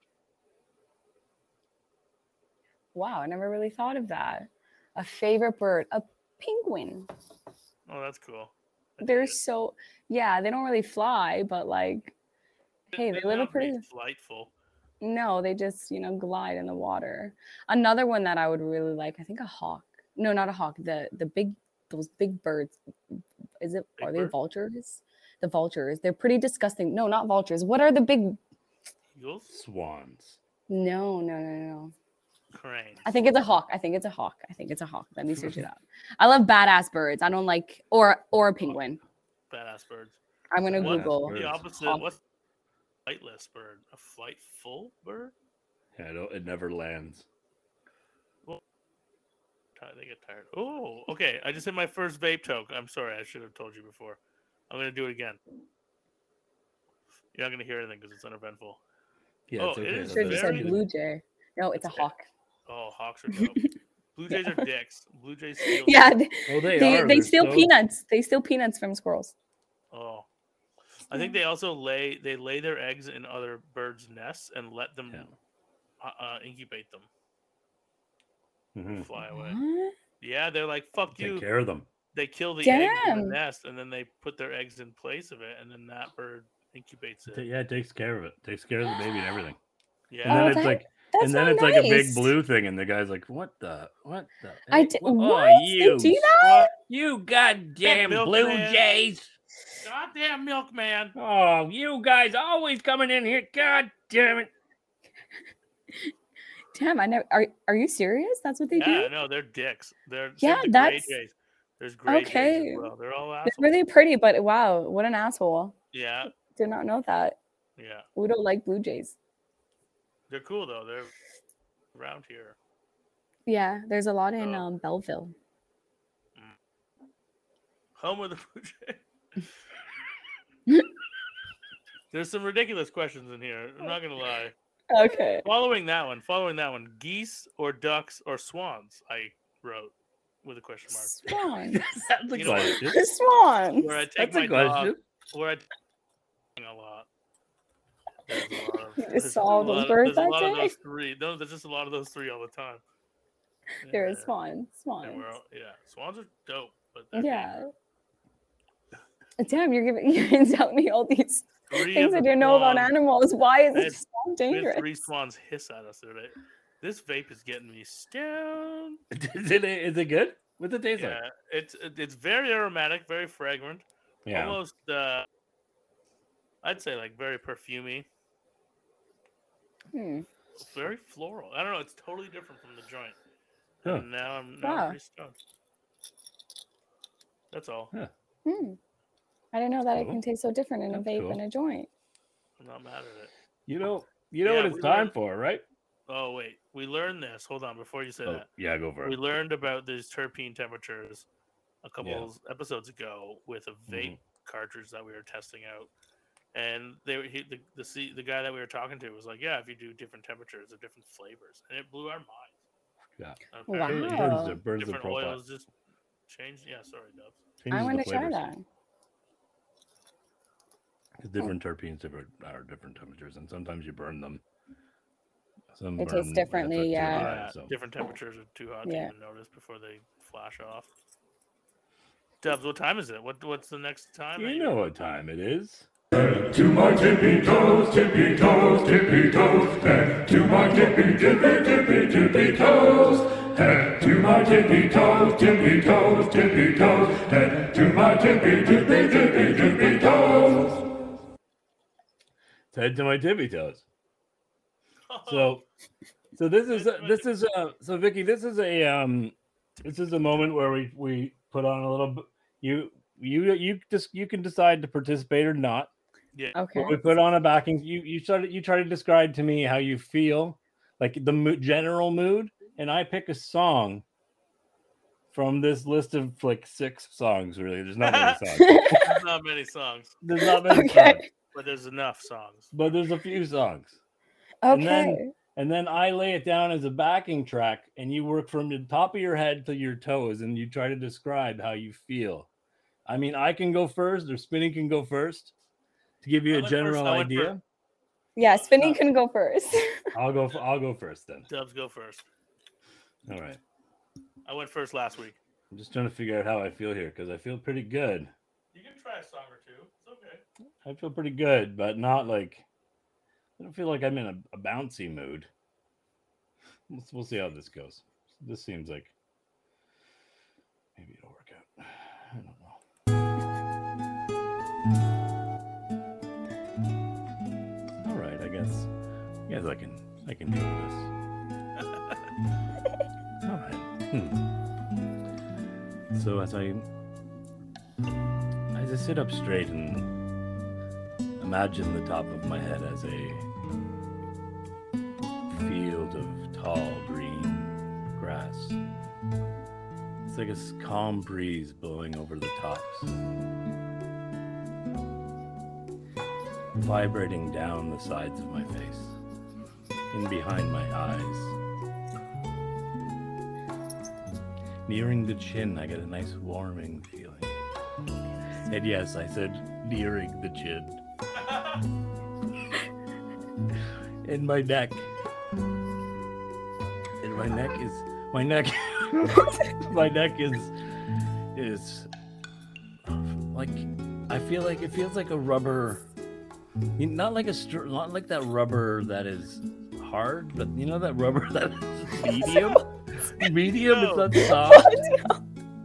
Wow, I never really thought of that. A favorite bird, a penguin. Oh, that's cool. I dig They're it. so yeah, they don't really fly, but like hey, they live a don't make pretty- delightful. no, they just, you know, glide in the water. Another one that I would really like, I think a hawk. No, not a hawk. The the big those big birds. Is it Big are they bird? vultures? The vultures. They're pretty disgusting. No, not vultures. What are the big Eagles, Swans. No, no, no, no. crane. I think it's a hawk. I think it's a hawk. I think it's a hawk. Let me search it up. I love badass birds. I don't like or or a penguin. Badass birds. I'm gonna What? Google. Birds. The opposite. Hawk. What's flightless bird? A flightful bird? Yeah, I don't, it never lands. Ti- They get tired. Oh, okay. I just hit my first vape toke. I'm sorry. I should have told you before. I'm gonna do it again. You're not gonna hear anything because it's uneventful. Yeah, Oh, it's it okay. that's is Should have it. just very- said blue jay. No, it's a That's it. hawk. Oh, Hawks are dope. Blue Jays are dicks. Blue Jays steal. Yeah, dicks. th- Oh, they they, they, are. they're steal so- peanuts. They steal peanuts from squirrels. Oh. I think they also lay they lay their eggs in other birds' nests and let them Yeah. uh, uh, incubate them, Mhm. fly away. What? Yeah, they're like fuck Take you. care of them. They kill the eggs in Damn. the nest and then they put their eggs in place of it, and then that bird incubates Ta- it. Yeah, it takes care of it. Takes care of the baby and everything. Yeah. And then Oh, it's that- like, That's and then not it's like a big nice. blue thing, and the guy's like, "What the? What the? I eh, d- wha- oh, what? They you, do that? You goddamn milk blue man. jays! Goddamn milkman. Oh, you guys always coming in here! God damn it! Damn, I never. Are are you serious? That's what they do. Yeah, no, they're dicks. They're Yeah, same to that's- gray jays. There's gray jays Okay. as well. They're all They're assholes. really pretty, but wow, what an asshole! Yeah, Did not know that. yeah. We don't like blue jays. They're cool though. They're around here. Yeah, there's a lot in Oh. um, Belleville. Home of the blue jay. There's some ridiculous questions in here. I'm not gonna lie. Okay. Following that one, following that one, geese or ducks or swans? I wrote with a question mark. Swans. That's a You know what? question. Swans. Where I take That's a my dog. question. Where I take a lot. There's a lot of- You just there's just saw a all those lot of- birds there's that a lot of day? those three. No, there's just a lot of those three all the time. There Yeah. is swans. And Swans. we're all- yeah, swans are dope, but they're Yeah. Damn, you're giving you are telling me all these three things of I the didn't know about swans- animals. Why is I it had- so we had dangerous? Three swans hiss at us today. This vape is getting me stoned. is, it, is it good? What's it taste Yeah, like? it's it's very aromatic, very fragrant, Yeah. almost. uh I'd say like very perfumey, Hmm. very floral. I don't know. It's totally different from the joint. Huh. And now I'm now I'm Wow. pretty stoned. That's all. Hmm. I didn't know that Cool. it can taste so different in a Oh. That's vape cool. and a joint. I'm not mad at it. You know, you know Yeah, what it's we time learned- for, right? Oh wait, we learned this. Hold on, before you say Oh, that, yeah, go for we it. learned about these terpene temperatures a couple episodes ago with Mm-hmm. a vape cartridge that we were testing out, and they were he, the the, C, the guy that we were talking to was like, yeah, if you do different temperatures, they're different flavors, and it blew our minds. Yeah. And Wow. It apparently burns the- Oh. burns the Different profile. oils just changed. Yeah, sorry, Dubs. I Changes want the to try flavors. that. 'Cause Different terpenes different are different temperatures, and sometimes you burn them. Some They burn taste them at differently, the- too yeah. high, Yeah, so. different temperatures are too hot Yeah. to even notice before they flash off. Dubs, what time is it? What what's the next time? that You know what time it is. To my tippy toes, tippy toes, tippy toes, back to my tippy, tippy, tippy, tippy toes. Head to my tippy toes, tippy toes, tippy toes, head to my tippy, tippy, tippy, tippy toes. It's head to my tippy toes. Oh, So, so this is Head to a, my this tippy is a, so Vicky, this is a um, this is a moment where we we put on a little. b- You you you just you can decide to participate or not. Okay. But we put on a backing. You you started you try to describe to me how you feel, like the mo- general mood, and I pick a song from this list of like six songs. Really, there's not many songs. there's not many songs, There's not many Okay. songs, but there's enough songs. but there's a few songs. And then- okay. And then I lay it down as a backing track, and you work from the top of your head to your toes, and you try to describe how you feel. I mean, I can go first, or Spinning can go first to give I you a went first, general I went idea. Yeah, spinning Uh, can go first. I'll go. f- I'll go first then. Dubs, go first. All right. I went first last week. I'm just trying to figure out how I feel here because I feel pretty good. You can try a song or two. It's okay. I feel pretty good, but not like I don't feel like I'm in a, a bouncy mood. Let's, we'll see how this goes. This seems like maybe it'll work out. I don't know. All right, I guess. Yes, I can. I can handle this. All right. Hmm. So as I as I sit up straight and imagine the top of my head as a field of tall green grass. It's like a s- calm breeze blowing over the tops, vibrating down the sides of my face, in behind my eyes. Nearing the chin, I get a nice warming feeling. And yes, I said nearing the chin. In my neck. And my neck is my neck my neck is is like I feel like it feels like a rubber You- Not like a str- not like that rubber that is hard, but you know that rubber that is medium. medium, it's not soft.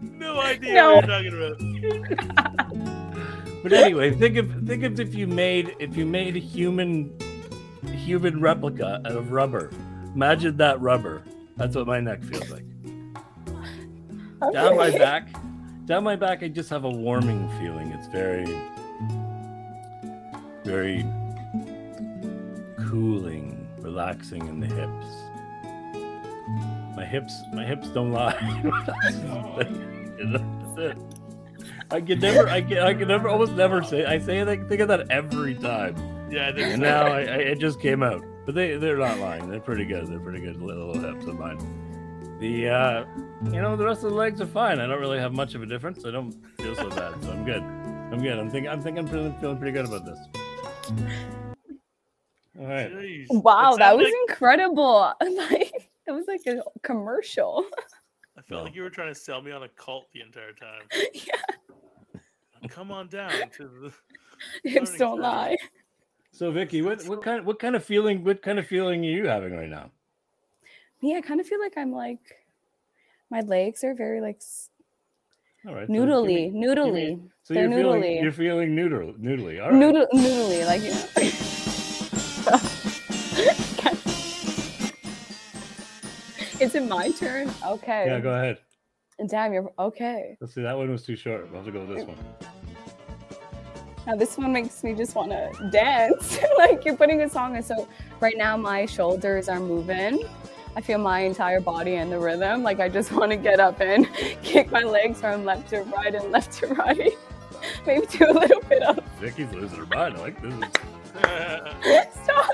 No idea No. what you're talking about. But anyway, think of think of if you made if you made a human human replica out of rubber. Imagine that rubber. That's what my neck feels like. Down my back, down my back, I just have a warming feeling. It's very, very cooling, relaxing in the hips. My hips, my hips don't lie. That's it. I could never, I can, I could never, almost never say. I say it. I think of that every time, Yeah, I think and so. now I, I, it just came out. But they, they're not lying. They're pretty good. They're pretty good little hips of mine. The, uh, you know, the rest of the legs are fine. I don't really have much of a difference. I don't feel so bad, so I'm good. I'm good. I'm thinking. I'm thinking. I'm feeling, feeling pretty good about this. All right. Jeez. Wow, It that sounds was like- incredible. Like that was like a commercial. I felt like you were trying to sell me on a cult the entire time. Come on down to the. Hips don't lie. So, Vicky, what, what kind what kind of feeling what kind of feeling are you having right now? Yeah, I kind of feel like I'm like my legs are very like s- All right. so give me- noodly, noodly, mean- So They're you're feeling noodly. you're feeling noodle noodly. All right. noodle, noodly, like you know. It's in my turn. okay. Yeah, go ahead. Damn, you're okay. Let's see. That one was too short. We'll have to go with this one. Now this one makes me just want to dance. like you're putting a song in. So right now my shoulders are moving. I feel my entire body in the rhythm. Like I just want to get up and kick my legs from left to right and left to right. Maybe do a little bit of Vicky's losing her mind. I like this. Is stop.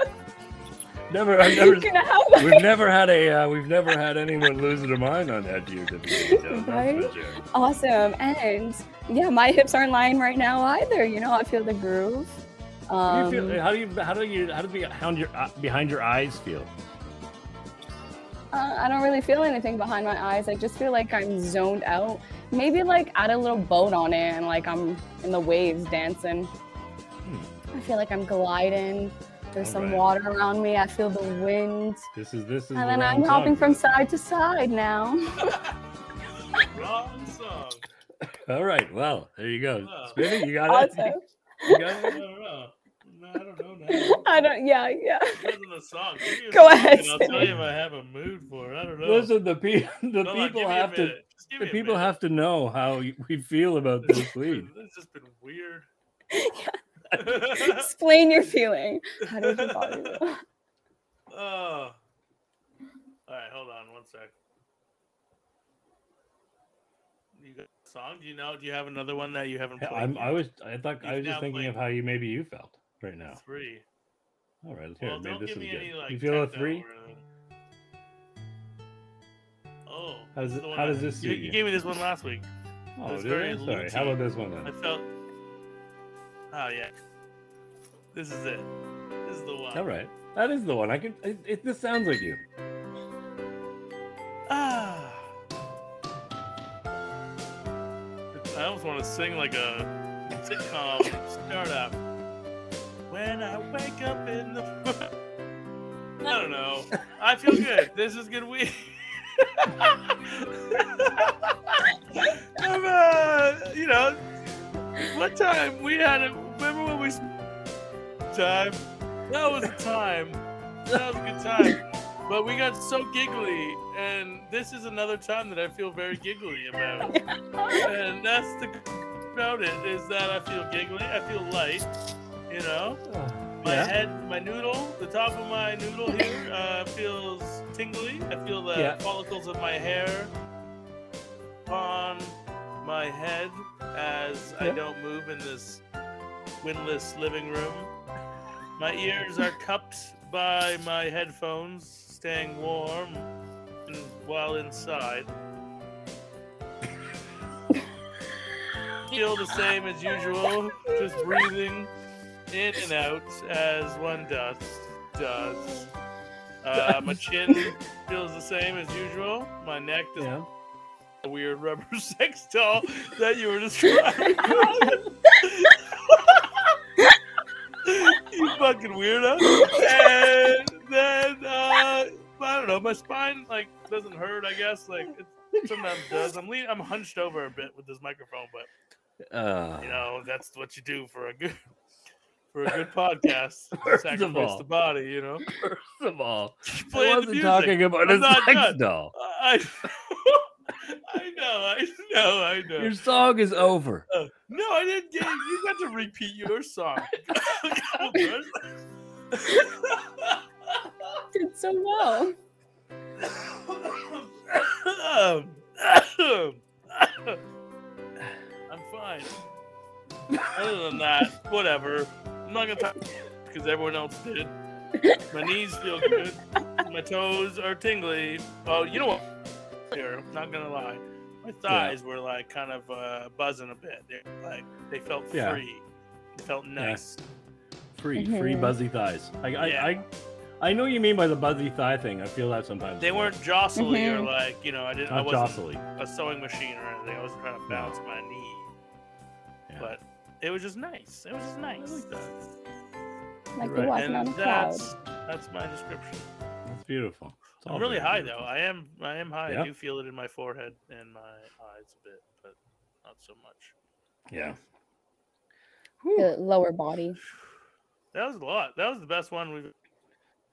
never. I've You're never. gonna have We've never had a. Uh, we've never had anyone losing their mind on that dude. That we did, uh, Right? that's for sure. awesome. And yeah, my hips aren't lying right now either. You know, I feel the groove. How Um, do you feel? How do you? How do you? How do the behind your uh, behind your eyes feel? Uh, I don't really feel anything behind my eyes. I just feel like I'm zoned out. Maybe like add a little boat on it and like I'm in the waves dancing. I feel like I'm gliding. There's some Hmm. Alright. water around me. I feel the wind. This is this is. And the then wrong I'm hopping song. from side to side now. Wrong song. All right. Well, there you go. Wow. Spinning. You got it. Awesome. You got I it. don't know. No, I don't know now. I don't, yeah, yeah. It wasn't a song. Give me a Go song ahead, and I'll tell Sydney. you if I have a mood for it. I don't know. Listen, the pe- the Hold on, give people me a have to. minute. Just give The me a people minute. have to know how y- we feel about This this has lead. been- This has been weird. Explain your feeling. How does your body feel? oh. All right, hold on one sec. You got a song? Do you know? Do you have another one that you haven't Yeah, played? I'm, yet? I was. I thought. I You've was just now thinking played. of how you maybe you felt right now. three. All right. Here, Well, maybe don't this give is me good. any like. you feel a techno three? or anything. Oh, How does this is it- the one how that- does this You, suit you you? gave me this one last week. Oh, It's did I? very Sorry. How loopy. about this one I then? felt. Oh yeah. This is it. This is the one. All right. That is the one. I can. It, it, this sounds like you. Ah. I almost want to sing like a sitcom startup. When I wake up in the. I don't know. I feel good. This is good week. Come on, you know. One time we had a. Remember when we. s- Time. That was a time. That was a good time. But we got so giggly, and this is another time that I feel very giggly about. and that's the good about it is that I feel giggly, I feel light, you know. My yeah. head, my noodle, the top of my noodle here uh, feels tingly. I feel the Yeah. follicles of my hair on my head as I Yeah. don't move in this windless living room. My ears are cupped by my headphones, staying warm and while inside. Feel the same as usual, just breathing in and out as one does. does. Uh, my chin feels the same as usual. My neck does Yeah. a weird rubber sex doll that you were describing. fucking weirdo. And then uh, I don't know, my spine like doesn't hurt. I guess like it sometimes does. I'm lean- I'm hunched over a bit with this microphone, but Uh, you know that's what you do for a good for a good podcast. First of Sacrifice all, the body, you know. first of all, Keep I playing the wasn't music. talking about I'm his not sex done. doll. I I know, I know, I know. Your song is over. Uh, no, I didn't get it. You got to repeat your song. Go, Bruce. did so well. I'm fine. Other than that, whatever. I'm not gonna talk because everyone else did. My knees feel good. My toes are tingly. Oh, you know what? Here, I'm not gonna lie. My thighs were like kind of uh, buzzing a bit. They like they felt Yeah. free. They felt nice. Free, free Mhm. buzzy thighs. I, I, Yeah. I, I know what you mean by the buzzy thigh thing. I feel that sometimes. They weren't jostly Mm-hmm. or like you know I didn't I not wasn't jostly. a sewing machine or anything. I wasn't trying to balance my knee. Yeah. But it was just nice. It was just nice. Like Right. you're walking on And a cloud. that's that's my description. That's beautiful. It's all I'm really very high though. beautiful. I am I am high. Yeah. I do feel it in my forehead and my eyes a bit, but not so much. Yeah. The lower body. That was a lot. That was the best one we've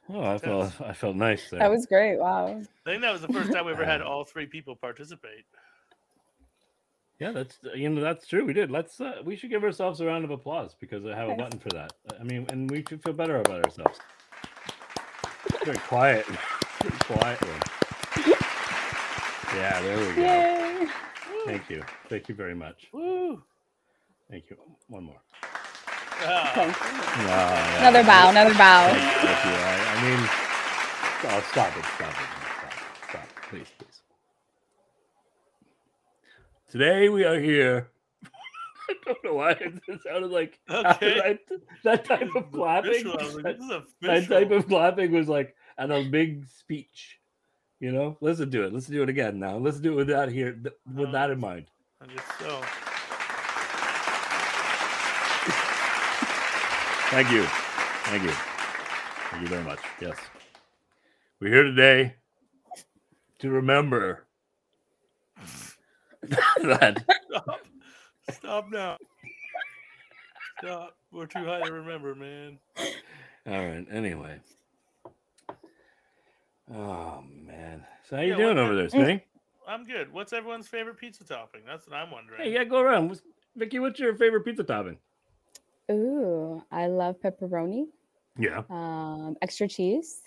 Oh, I felt, I felt nice there. That was great. Wow. I think that was the first time we ever had all three people participate. Yeah, that's uh, you know that's true. We did. Let's uh, we should give ourselves a round of applause because I have a button for that. I mean, and we should feel better about ourselves. Very quiet, very quiet one. Yeah, there we go. Yay. Thank you, thank you very much. Woo! Thank you. One more. Ah, Thank you. Ah, yeah, Another bow, another Thank bow. you. Thank you. I, I mean, oh, stop it, stop it, stop, stop, please, please. Today we are here. I don't know why it sounded like okay. I- that type of clapping, Official. I was like, that, this is that official. type of clapping was like at a big speech. You know, listen to it. Let's do it again now. Let's do it with that here, th- with Oh. that in mind. I guess so. Thank you, thank you, thank you very much. Yes, we're here today to remember that. Stop. Stop now. Stop. We're too high to remember, man. All right. Anyway. Oh man. So how you Yeah, doing what over there, Smitty? I'm good. What's everyone's favorite pizza topping? That's what I'm wondering. Hey, yeah, go around. What's- Vicky, what's your favorite pizza topping? Ooh, I love pepperoni. Yeah. Um, extra cheese.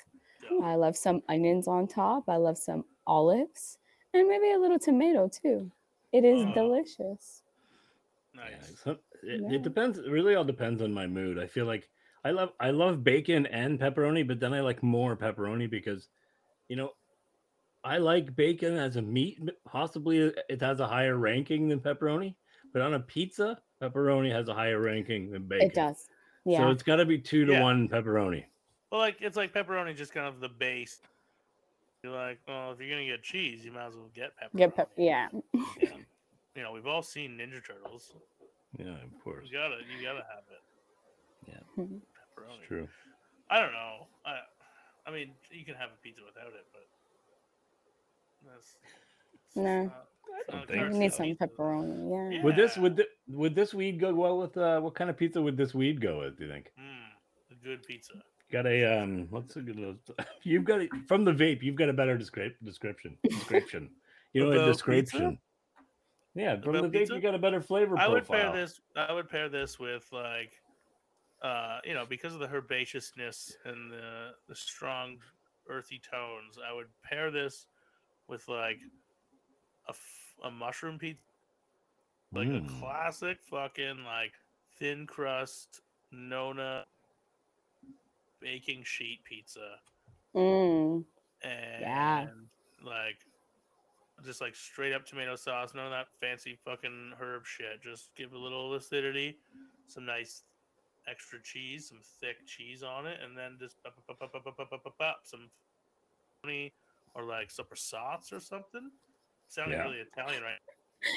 Yeah. I love some onions on top. I love some olives and maybe a little tomato too. It is Oh. delicious. Nice. Yeah, so- it, Yeah. it depends. It really all depends on my mood. I feel like I love I love bacon and pepperoni, but then I like more pepperoni because, you know, I like bacon as a meat. m- Possibly it- it has a higher ranking than pepperoni, but on a pizza, pepperoni has a higher ranking than bacon. It does. So Yeah. it's got to be two to Yeah. one pepperoni. Well, like it's like pepperoni, just kind of the base. You're like, well, if you're gonna get cheese, you might as well get pepperoni. Get pep- yeah. You know, we've all seen Ninja Turtles. Yeah, of You course. gotta, you gotta have it. Yeah. Mhm. Pepperoni. It's true. I don't know. I, I mean, you can have a pizza without it, but that's it's No. not- it's I not a don't think You currency need on some pizza. pepperoni. Yeah. Would this Yeah. would th- would this weed go well with uh what kind of pizza would this weed go with? Do you think? Mm, a good pizza. Got a um what's a good little you've got a, from the vape you've got a better descri- description description you know About a pizza? description. Yeah, from About the vape pizza? you got a better flavor I profile. would pair this. I would pair this with like, uh, you know, because of the herbaceousness and the the strong earthy tones. I would pair this with like a, f- a mushroom pizza, like Mm. a classic fucking like thin crust Nona baking sheet pizza Mm. and Yeah. like just like straight up tomato sauce, none of that fancy fucking herb shit. Just give it a little acidity, some nice extra cheese, some thick cheese on it, and then just pop, pop, pop, pop, pop, pop, pop, pop, pop, some honey or like super sauce or something. Sounding Yeah. really Italian, right?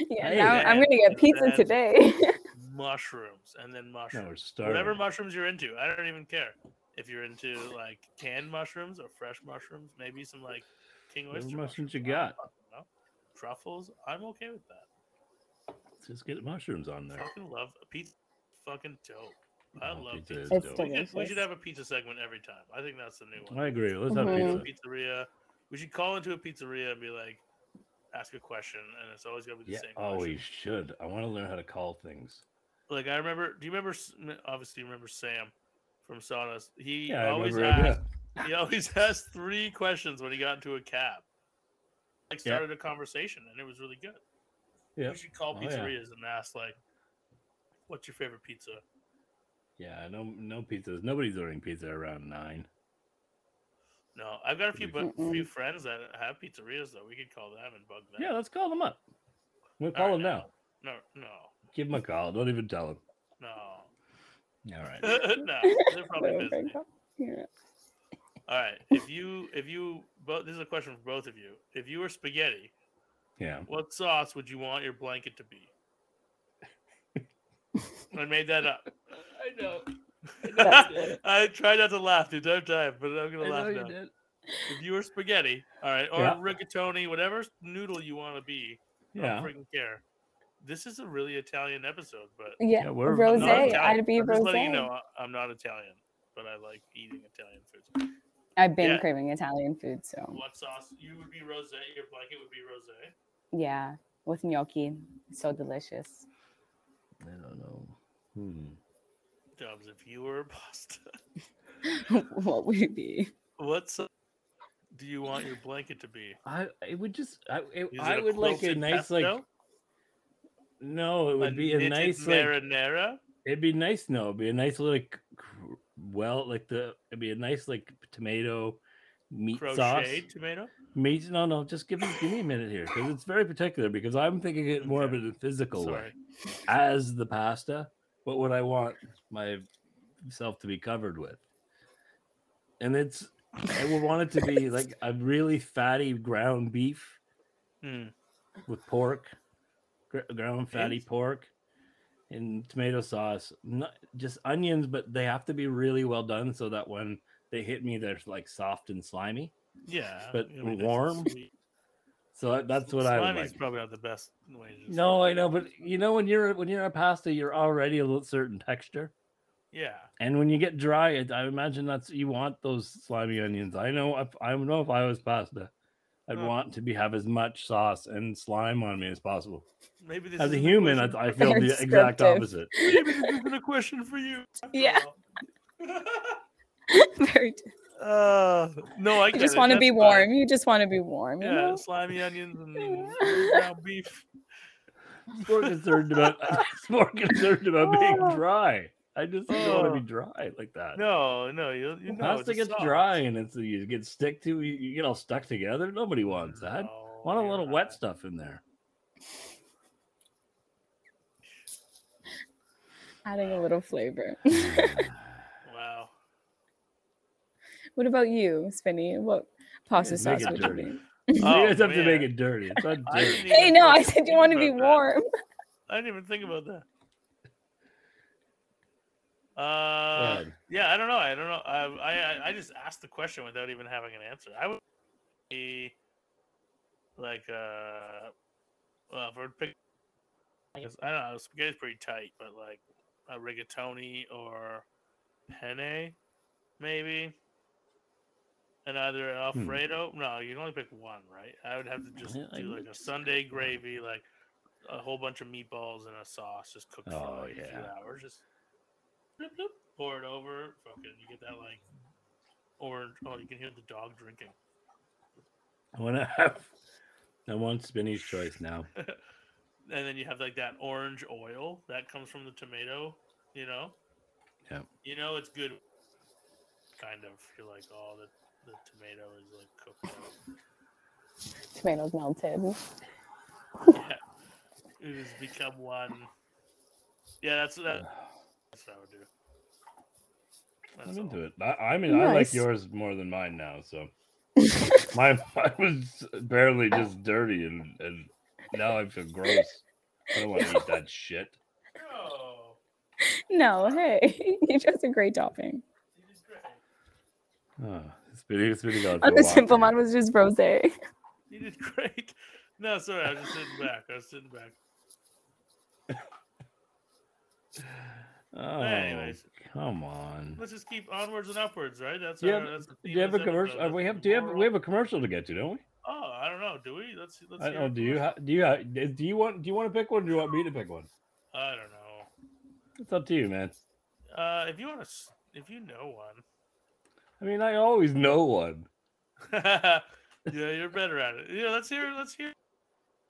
Yeah. Hey, now I'm man. gonna get pizza That's- today. mushrooms and then Now mushrooms. we're starting. Whatever mushrooms you're into, I don't even care. If you're into like canned mushrooms or fresh mushrooms, maybe some like king Whatever oyster mushrooms you I got, don't fucking know. Truffles, I'm okay with that. just get mushrooms on there. Fucking love a pizza. Fucking dope. I Oh, love pizza is pizza. It's dope. We should, we should Delicious. have a pizza segment every time. I think that's the new one. I agree. Let's have Mhm. pizza. Pizzeria. We should call into a pizzeria and be like, ask a question, and it's always gonna be the Yeah. same. Oh, question. we should. I want to learn how to call things. like I remember. Do you remember? S- n- Obviously, you remember Sam from Saunas. He Yeah, I always remember him, yeah. asked. He always asked three questions when he got into a cab. Like Yeah. started a conversation, and it was really good. Yeah. We should call Oh, yeah. pizzerias and ask like, "What's your favorite pizza?" Yeah. No. No pizzas. Nobody's ordering pizza around nine. No, I've got a few Mm. bu- few friends that have pizzerias though. We could call them and bug them. Yeah. Let's call them up. We'll All call right, them now. No, no, Give them a call. Don't even tell them. no. All right. no, they're probably busy. All right. If you if you both this is a question for both of you. If you were spaghetti, Yeah. what sauce would you want your blanket to be? I made that up. I know. I tried not to laugh the entire time, but I'm gonna laugh now. did. If you were spaghetti, all right, or Yeah. rigatoni, whatever noodle you want to be, I Yeah. don't freaking care. This is a really Italian episode, but Yeah, Yeah, we're- rose. I'm not Italian. I'd be I'm just rose. letting you know I- I'm not Italian, but I like eating Italian foods. I've been yeah. craving Italian food, so What sauce? You would be rosé. Your blanket would be rosé. yeah, with gnocchi, so delicious. I don't know. Hmm. Dubs, if you were a pasta, what would it be? what sauce do you want your blanket to be? I it would just I it, Is I it a would like a quilted nice like pesto? no it would be a knitted nice like marinara. it'd be nice no it'd be a nice little like cr- well like the it'd be a nice like tomato meat crochet sauce tomato. meat no no just give me give me a minute here because it's very particular because I'm thinking it more of Okay. it in a physical way Sorry, as the pasta, what would I want myself to be covered with? And it's I would want it to be like a really fatty ground beef Mm. with pork, gr- ground fatty Yes. pork, and tomato sauce. Not just onions, but they have to be really well done so that when they hit me, they're like soft and slimy. yeah, But I mean, that's warm? sweet. So that- that's what I would Slimy's like. probably not the best way. To describe No, I it. know, but you know when you're when you're a pasta, you're already a little certain texture. Yeah, And when you get dry, it, I imagine that's you want those slimy onions. I know if I know if I was pasta, I'd Huh. want to be have as much sauce and slime on me as possible. maybe this As a isn't human, question- I, I feel Very the exact descriptive. opposite. maybe this isn't a question for you. after Yeah. all. Very. uh, no, I You get just it, want to that's be fine. warm. You just want to be warm. You Yeah, know? slimy onions and ground beef. It's more concerned about it's more concerned about being dry. I just don't want Oh. to be dry like that. Ah. No, no, you you know it's pasta a gets sauce. dry and it's you get stick to you, you get all stuck together. Nobody wants that. No, oh, want a you're little right. wet stuff in there. Adding a little flavor. Wow. what about you, Spinny? What pasta Make sauce it would you be? dirty. you guys have to make Oh, man. it dirty. It's not I dirty. didn't Hey, even no, I fucking said you think want to be about that. warm. I didn't even think about that. Go Uh, ahead. yeah, I don't know. I don't know. I, I I- I just asked the question without even having an answer. I would be like uh, well, if we're picking, I guess- I don't know. Spaghetti's pretty tight, but like a rigatoni or penne, maybe. And either an Hmm. Alfredo. No, you can only pick one, right? I would have to just Yeah, I do like would a just Sunday gravy, like a whole bunch of meatballs and a sauce just cooked Oh, for like a few yeah. hours. Just bloop, bloop, pour it over. Fucking, you get that like orange. Oh, you can hear the dog drinking. I want to have. I want Spinny's choice now. And then you have like that orange oil that comes from the tomato. You know. Yeah. You know it's good. Kind of. You're like, oh, the the tomato is like cooked. Out. Tomatoes melted. yeah. It has become one. Yeah, that's that, that's what I would do. I'm That's all. into it. I, I mean, I like Nice. yours more than mine now. So mine, mine was barely just dirty, and, and now I feel gross. I don't want to eat that shit. No. No, hey, you chose a great topping. Oh, this video is really going. And the simple one was just rose. You did great. No, sorry, I was just sitting back. I was sitting back. Oh, Anyways. come on. Let's just keep onwards and upwards, right? That's Yeah, our, that's the Do theme you have a of this commercial? episode. uh, We That's have. Do you have? moral- We have a commercial to get to, don't we? Oh, I don't know. Do we? Let's see. Let's I see don't our know. Do you? ha- Do you? ha- Do you want? Do you want to pick one? Or do you want me to pick one? commercial. I don't know. It's up to you, man. Uh, if you want to, if you know one, I mean, I always know one. yeah, you're better at it. Yeah, let's hear. Let's hear.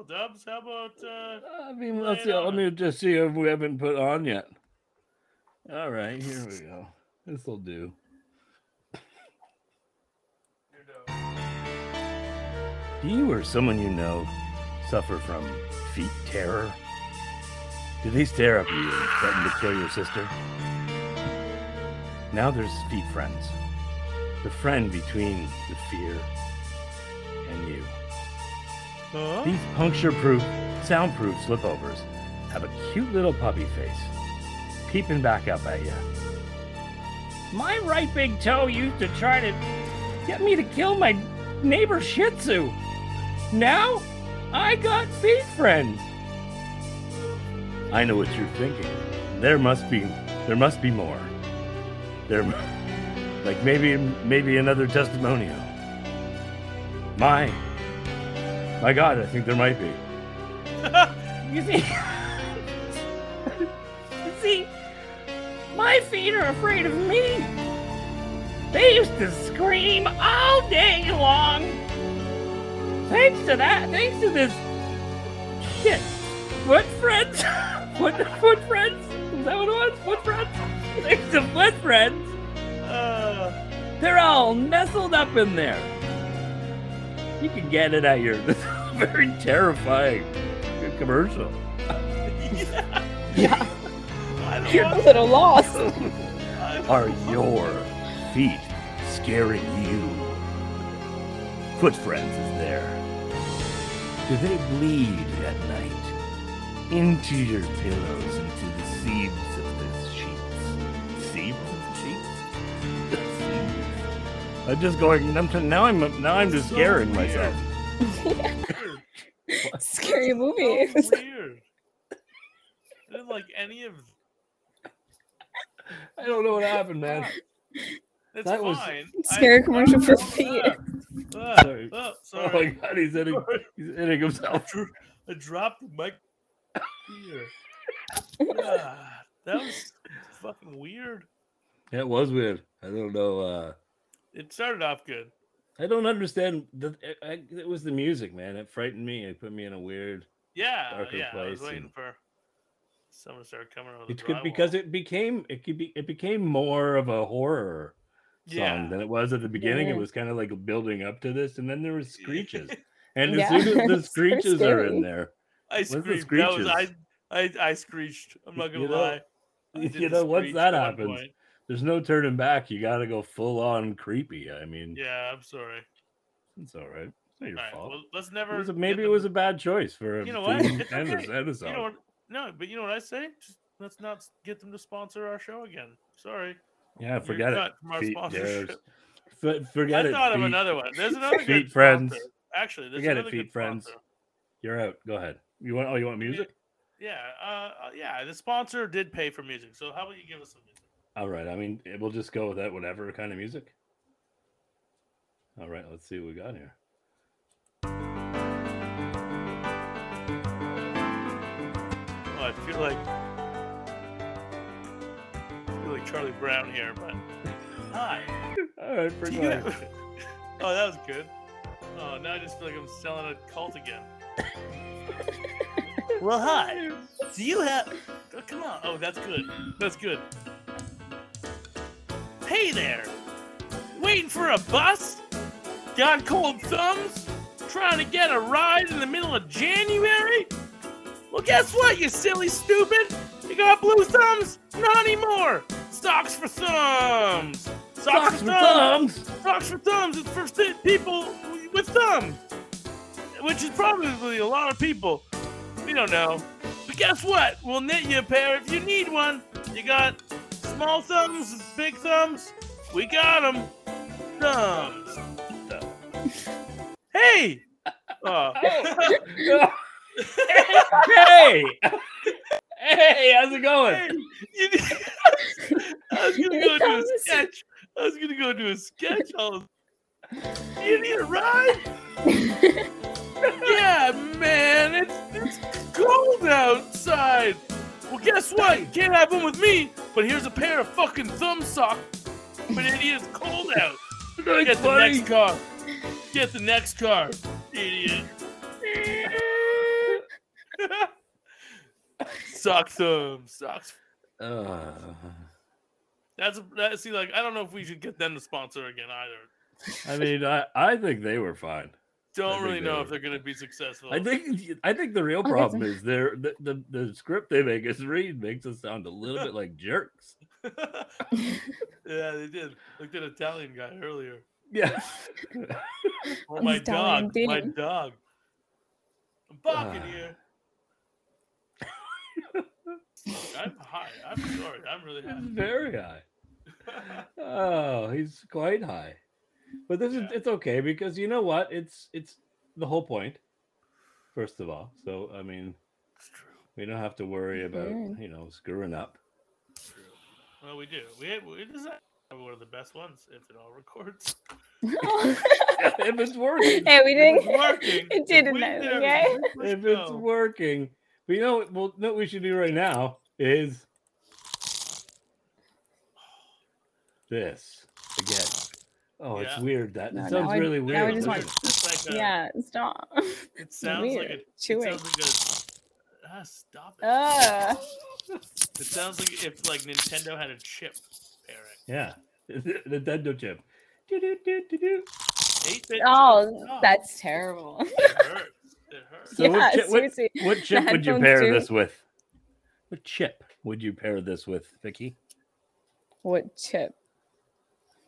Dubs, how about? Uh, I mean, Lay let's it see. on Let me just see if we haven't put on yet. All right, here we go. This will do. Do you or someone you know suffer from feet terror? Do they stare up at you and threaten to kill your sister? Now there's feet friends, the friend between the fear and you. These puncture-proof, soundproof slipovers have a cute little puppy face, peeping back up at you. My right big toe used to try to get me to kill my neighbor Shih Tzu. Now I got feet friends. I know what you're thinking. There must be, there must be more. There, mu- like maybe, maybe another testimonial. My, my God, I think there might be. You see, see, my feet are afraid of me. They used to scream all day long. Thanks to that, thanks to this shit. Foot friends, foot, foot friends. Is that what it was? Foot friends. Thanks to foot friends, uh, they're all nestled up in there. You can get it out here. This is a very terrifying commercial. I You're don't a want, little lost. I don't Are want- your feet scaring you? Foot Friends is there. Do they bleed at night? Into your pillows, into the seams of the sheets. Seams of sheets? The seams. I'm just going. I'm t- now I'm now I'm just So scaring weird. myself. Weird. Scary movie. So weird. I didn't like any of. I don't know what happened, man. It's That was- fine. Scary I- commercial for Ah, feet. ah, Sorry. oh, Oh my sorry. god, he's hitting he's hitting himself. I dropped the mic. Here. Ah, that was fucking weird. That was weird. I don't know. uh It started off good. I don't understand. The, I, I- it was the music, man. It frightened me. It put me in a weird. Yeah, darker yeah. I was place waiting and- for someone to start coming over the It could, drywall. because it became it could be it became more of a horror song than it was at the beginning. It Yeah. was kind of like building up to this, and then there was screeches. And Yeah. as soon as It's the very screeches are scary. in there, I the screeched. That was, I, screeches? I I screeched. I'm not gonna You know- lie. I did you the know, once screech that at one happens, point. there's no turning back. You got to go full on creepy. I mean, Yeah, I'm sorry. it's all right. It's not your All right. fault. Well, let's never. it was a, get maybe it the- was a bad choice for a You know for what? even It's Anders- okay. Anderson. You know what? No, but you know what I say? Just let's not s- get them to sponsor our show again. Sorry. yeah, You're forget it. cut From our Feet sponsorship. dares. F- forget I it. thought of feet. another one. There's another good Feet friends. sponsor. Actually, there's Forget it, another good feet friends. sponsor. You're out. Go ahead. You want? Oh, you want music? Yeah, uh, uh, yeah. The sponsor did pay for music, so how about you give us some music? All right. I mean, it- we'll just go with that, whatever kind of music. All right. Let's see what we got here. Oh, I feel like I feel like Charlie Brown here, but hi. All right. Do Bring you- on. oh, that was good. Oh, now I just feel like I'm selling a cult again. well, hi. Do you have? Oh, come on. Oh, that's good. That's good. Hey there. Waiting for a bus? Got cold thumbs? Trying to get a ride in the middle of January? Well, guess what, you silly stupid? You got blue thumbs? Not anymore. Socks for thumbs. Socks, Socks for thumbs. Socks for thumbs is for thi- people with thumbs, which is probably a lot of people. We don't know. But guess what? We'll knit you a pair if you need one. You got small thumbs, big thumbs. We got them. Thumbs. Thumbs. Hey. Oh. hey, hey, how's it hey, going? you did- I was gonna go do a sketch. I was gonna go do a sketch. I was, you need a ride? yeah, man, it's, it's cold outside. Well, guess what? You can't have one with me. But here's a pair of fucking thumb socks. But it is cold out. Get the next car. Get the next car, idiot. Sock thumb, socks. Uh, That's that. See, like I don't know if we should get them to sponsor again either. I mean, I, I think they were fine. I Don't think really they know would. if they're going to be successful. I think I think the real that's problem is their the, the, the script they make us read makes us sound a little bit like jerks. yeah, they did. Looked at Italian guy earlier. Yeah. Or my Italian dog. My bean. dog. I'm barking Ah. here. I'm high. I'm sorry. I'm really It's high. very high. Oh, he's quite high. But this is Yeah. it's okay because you know what? It's it's the whole point. First of all, so I mean, It's true. we don't have to worry about Mhm. you know screwing up. Well, we do. We have, we just have one of the best ones if it all records. if it's working, hey, we If it's didn't. working. It if didn't we matter, did okay? everything, let's if it's go. working, but you know what? Well, what we should do right now is this again. Oh, it's Yeah. weird. That No, it now sounds I- really now I weird. just want- doesn't it? It's like a- Yeah, stop. It sounds like a Weird. Chewing. It sounds like a, ah, stop it. Ugh. It sounds like if like Nintendo had a chip pairing. Yeah, the Nintendo chip. Do-do-do-do-do. Eight bit Oh, Oh. that's terrible. it hurts. It hurts. So what yeah, chip- what- seriously. What chip would you headphones pair too. this with? What chip would you pair this with, Vicky? What chip?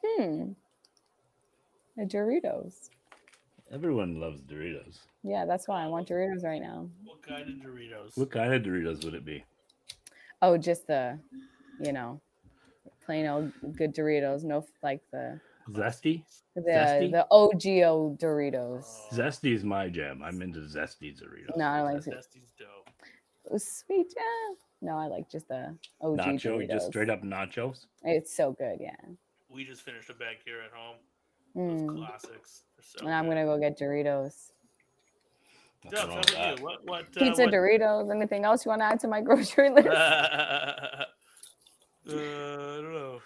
Hmm. The Doritos. Everyone loves Doritos. Yeah, that's why I want Doritos right now. What kind of Doritos? What kind of Doritos would it be? Oh, just the, you know, plain old good Doritos. No, f- like the Zesty? the Zesty? the OGO Oh, Doritos. Zesty's my jam. I'm into zesty Doritos. No, I That don't like it. Zesty's dope. Oh, sweet jam. No, I like just the OG Nacho, Doritos. just straight up nachos. It's so good, yeah. We just finished a bag here at home. Those Mm. classics. They're so And I'm gonna go get Doritos, Dubs, Nothing how wrong about with that. you? What what uh, pizza, what- Doritos. Anything else you want to add to my grocery list? uh, I don't know.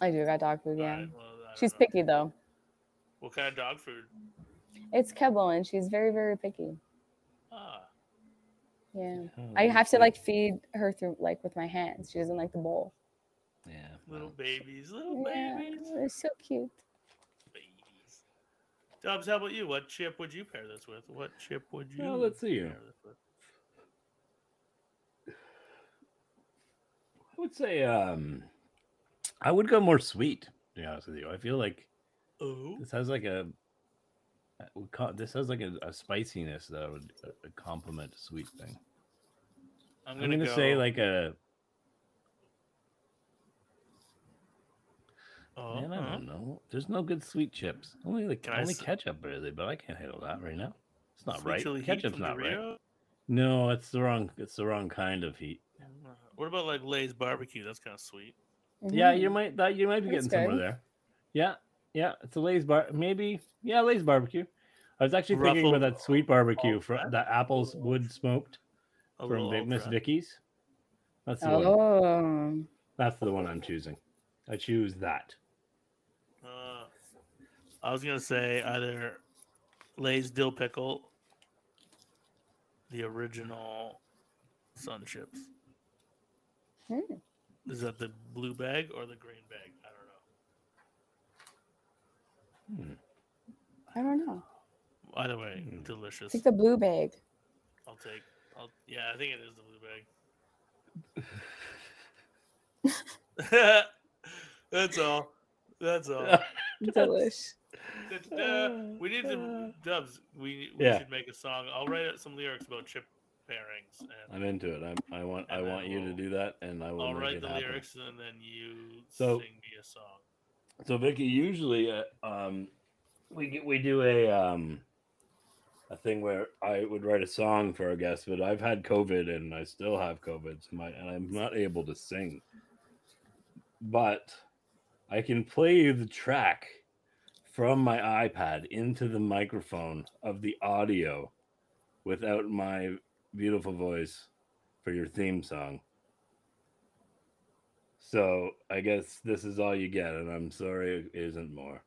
I do got dog food. Yeah, uh, Alright, well, I don't she's know. picky though. What kind of dog food? It's kibble, and she's very, very picky. Ah, Yeah, Oh, I have to good. like feed her through like with my hands. She doesn't like the bowl. Yeah. little well, babies, little Yeah, Oh, babies. it's so cute. babies. Dubs, how about you? What chip would you pair this with? What chip would you? Well, let's see here. pair this with? I would say um, I would go more sweet. To be honest with you, I feel like Oh, this has like a uh, would co- this has like a, a spiciness that would uh, uh, complement a sweet thing. I'm I'm gonna, gonna, say go- like a Oh, man, I huh? don't know. There's no good sweet chips. Only the Can I only s- ketchup really, but I can't handle that right now. It's not Sweet right. chili heat Ketchup's from not right. Dorito? No, it's the wrong. It's the wrong kind of heat. What about like Lay's barbecue? That's kind of sweet. Yeah, Mhm. you might that you might be That's getting somewhere good. there. Yeah, yeah, it's a Lay's bar. Maybe yeah, Lay's barbecue. I was actually thinking about Ruffled that sweet barbecue Ultra. from that apples wood smoked A from little Big Miss ultra. Vicky's. That's the one. Oh, That's the one I'm choosing. I choose that. Uh, I was gonna say either Lay's dill pickle, the original Sun chips. Hmm. Is that the blue bag or the green bag? I don't Hmm. know. I don't know. Either way, Hmm. delicious. Take the blue bag. I'll take. I'll, yeah, I think it is the blue bag. That's all. That's all. Delish. That's- uh, we need to dubs. We, we Yeah. should make a song. I'll write out some lyrics about chip pairings. And I'm into it. I'm, I want I And then want you to we'll- do that, and I will I'll make write it Oh. the happen. lyrics and then you So- sing me a song. So Vicky, usually uh, um, we get, we do a um, a thing where I would write a song for our guest, but I've had COVID and I still have COVID, so my and I'm not able to sing. But I can play you the track from my iPad into the microphone of the audio without my beautiful voice for your theme song. So I guess this is all you get, and I'm sorry it isn't more.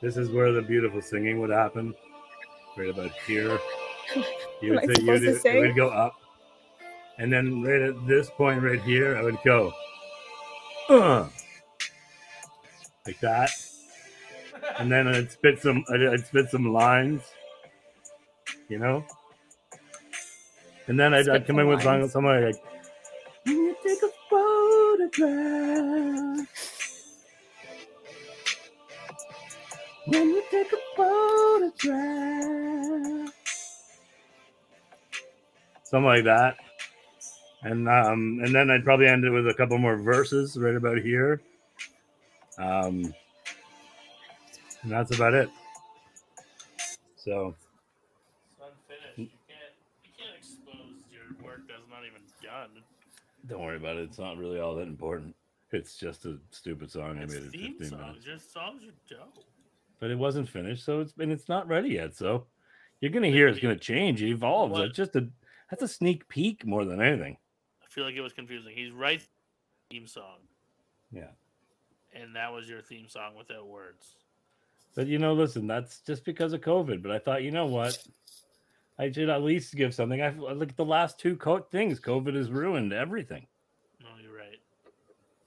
This is where the beautiful singing would happen. Right about here. You Am I would say supposed you to would, it sing? would go up. And then right at this point right here, I would go. Uh, like that. And then I'd spit some I'd, I'd spit some lines. You know? And then I'd, I'd Spit come some in with lines. somebody like "Can you take a photograph? When you take a photograph. Something like that. And um and then I'd probably end it with a couple more verses right about here. Um and that's about it. So It's unfinished. You can't you can't expose your work that's not even done. don't worry about it. It's not really all that important. It's just a stupid song I It's made in theme 15 minutes. songs. Your songs are dope. but it wasn't finished, so it's and it's not ready yet. So you're gonna hear it's gonna change, it evolves. What- It's just a that's a sneak peek more than anything. I feel like it was confusing. He's writes theme song. Yeah. And that was your theme song without words. But you know, listen, that's just because of COVID. But I thought, you know what, I should at least give something. I look at the last two co- things. COVID has ruined everything. No, you're right.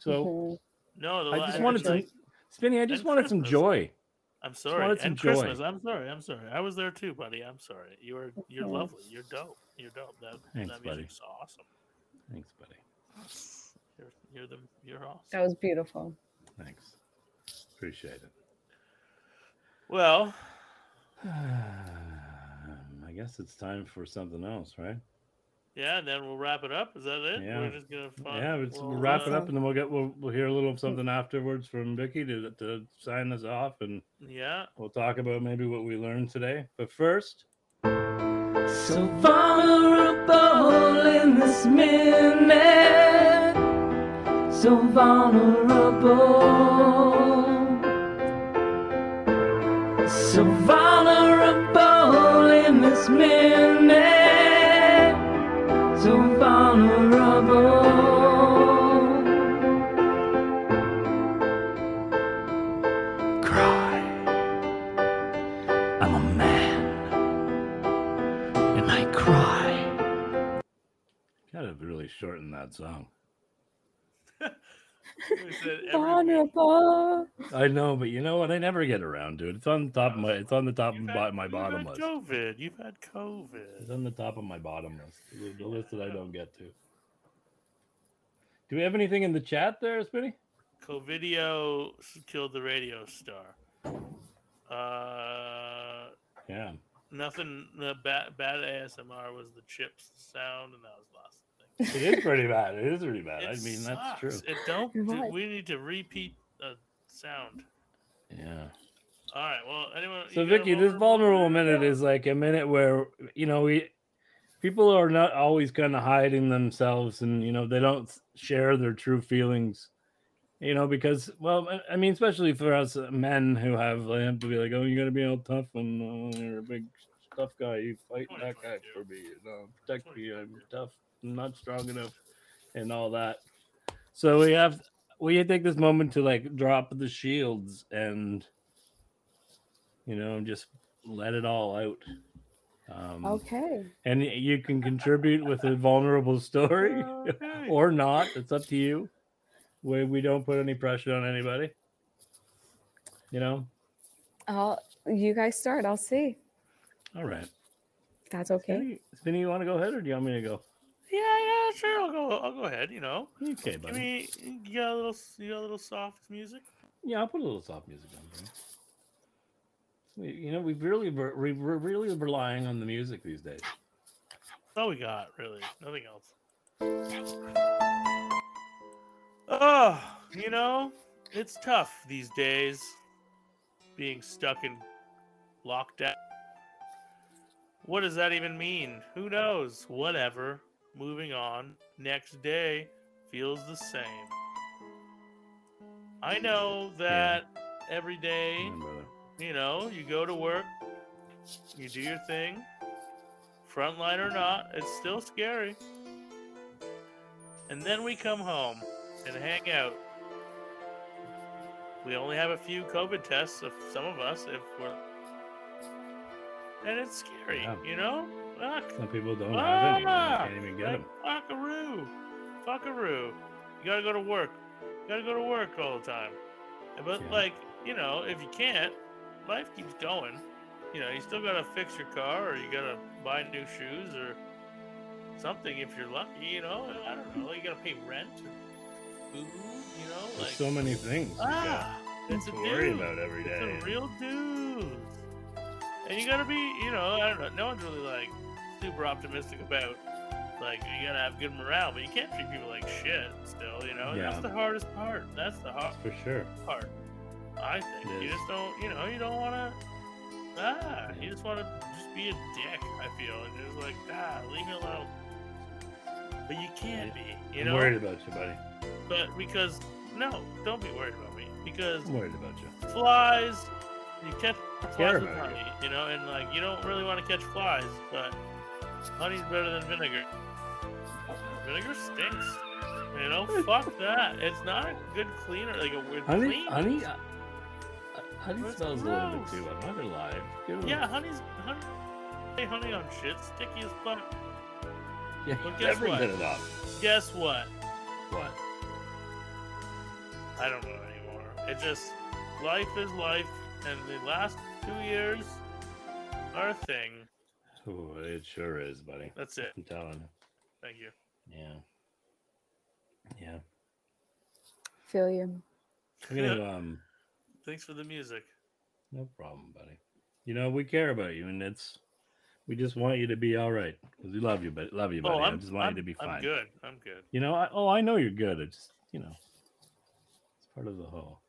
Mm-hmm. So No, the I la- just was wanted some, like- Spinny. I just and wanted some Christmas. joy. I'm sorry. wanted some and joy. Christmas. I'm sorry. I'm sorry. I was there too, buddy. I'm sorry. You are you're lovely. You're dope. You're dope. That Thanks, that buddy. music's awesome. Thanks, buddy. You're you're the you're awesome. That was beautiful. Thanks. Appreciate it. well, I guess it's time for something else, right? yeah, and then we'll wrap it up. Is that it? Yeah. We're just gonna fuck- Yeah, it's, we'll we'll, wrap it uh, up, and then we'll get we'll, we'll hear a little something afterwards from Vicky to to sign us off, and Yeah. we'll talk about maybe what we learned today. But first, So vulnerable in this minute. So vulnerable. So vulnerable in this minute. So vulnerable. Cry. I'm a man and I cry. gotta really shorten that song. We said every week. Vulnerable. I know, but you know what? I never get around to it. It's on the top of my it's on the top of You've my, had- my you've bottom had list. COVID. You've had It's COVID. on the top of my bottom list. The, the list that I don't get to. Do we have anything in the chat there, Spinny? Covidio s- killed the radio star. Uh, Yeah. nothing. The bad, bad ASMR was the chips sound, and that was the last thing. It is pretty bad. It is pretty bad. It I mean, that's true. sucks. It don't. You're do- right. we need to repeat the sound. Yeah. All right. Well, anyone. So you got a Vicky, this vulnerable minute is like a minute where you know we people are not always kind of hiding themselves, and you know they don't s- share their true feelings. You know, because well, I- I mean, especially for us men who have they have to be like, oh, you got to be all tough and oh, you're a big tough guy. You fight that guy for me. You know, protect me. I'm tough. I'm not strong enough, and all that. So we have we take this moment to like drop the shields and you know and just let it all out um Okay. and y- you can contribute with a vulnerable story Okay. or not it's up to you we, we don't put any pressure on anybody you know I'll, you guys start. I'll see. all right that's okay. Hey, Vinny, you want to go ahead or do you want me to go? Yeah, yeah, sure. I'll go. I'll go ahead. You know, Okay, give buddy. me you got a little, you got a little soft music. Yeah, I'll put a little soft music on. Buddy. We- You know, we really we're, we're really relying on the music these days. That's all we got, really. Nothing else. Oh, you know, it's tough these days being stuck in lockdown. What does that even mean? Who knows? Whatever. Moving on. Next day feels the same. I know that every day Come on, brother. you know, you go to work, you do your thing, frontline or not, it's still scary. And then we come home and hang out. We only have a few COVID tests, if some of us, if we're. And it's scary, Yeah. you know? Ah, Fuck. Some people don't have any. Ah! and They can't even get them. Like, Fuckaroo. Fuckaroo. You gotta go to work. You gotta go to work all the time. And- But Yeah. like, you know, if you can't, life keeps going. You know, you still gotta fix your car or you gotta buy new shoes or something if you're lucky, you know. I don't know, you gotta pay rent or food, you know, like There's so many things we got ah, it's a to worry dude. about every day. It's a real dude. And you gotta be, you know, I don't know, no one's really like super optimistic about like you gotta have good morale, but you can't treat people like shit still, you know? And Yeah. That's the hardest part. That's the hard for sure. part. I think. It You is. just don't you know, you don't wanna Ah, you just wanna just be a dick, I feel, and just like, ah, leave me alone. But you can't be, you I'm know worried about you, buddy. but because no, don't be worried about me. Because I'm worried about you. flies. You catch flies Care with about it. honey, you know, and like you don't really want to catch flies, but honey's better than vinegar. Vinegar stinks. You know, fuck that. It's not a good cleaner. Like a weird Honey, clean. honey, uh, uh, honey It's smells a little bit gross. too. I'm not gonna lie. Give it a- Yeah, honey's honey. Hey, honey on shit, sticky as fuck. yeah. well, guess Never what? get it up. Guess what? What? I don't know anymore. It just life is life, and the last two years are a thing. Ooh, it sure is, buddy. That's it. I'm telling you. Thank you. Yeah. Yeah. Feel you. I'm gonna um. Thanks for the music. No problem, buddy. You know we care about you, and it's we just want you to be all right because we love you, but love you, buddy. I just want you to be fine. Oh, I'm good. I'm good. You know, I, oh, I know you're good. It's just, you know, it's part of the whole.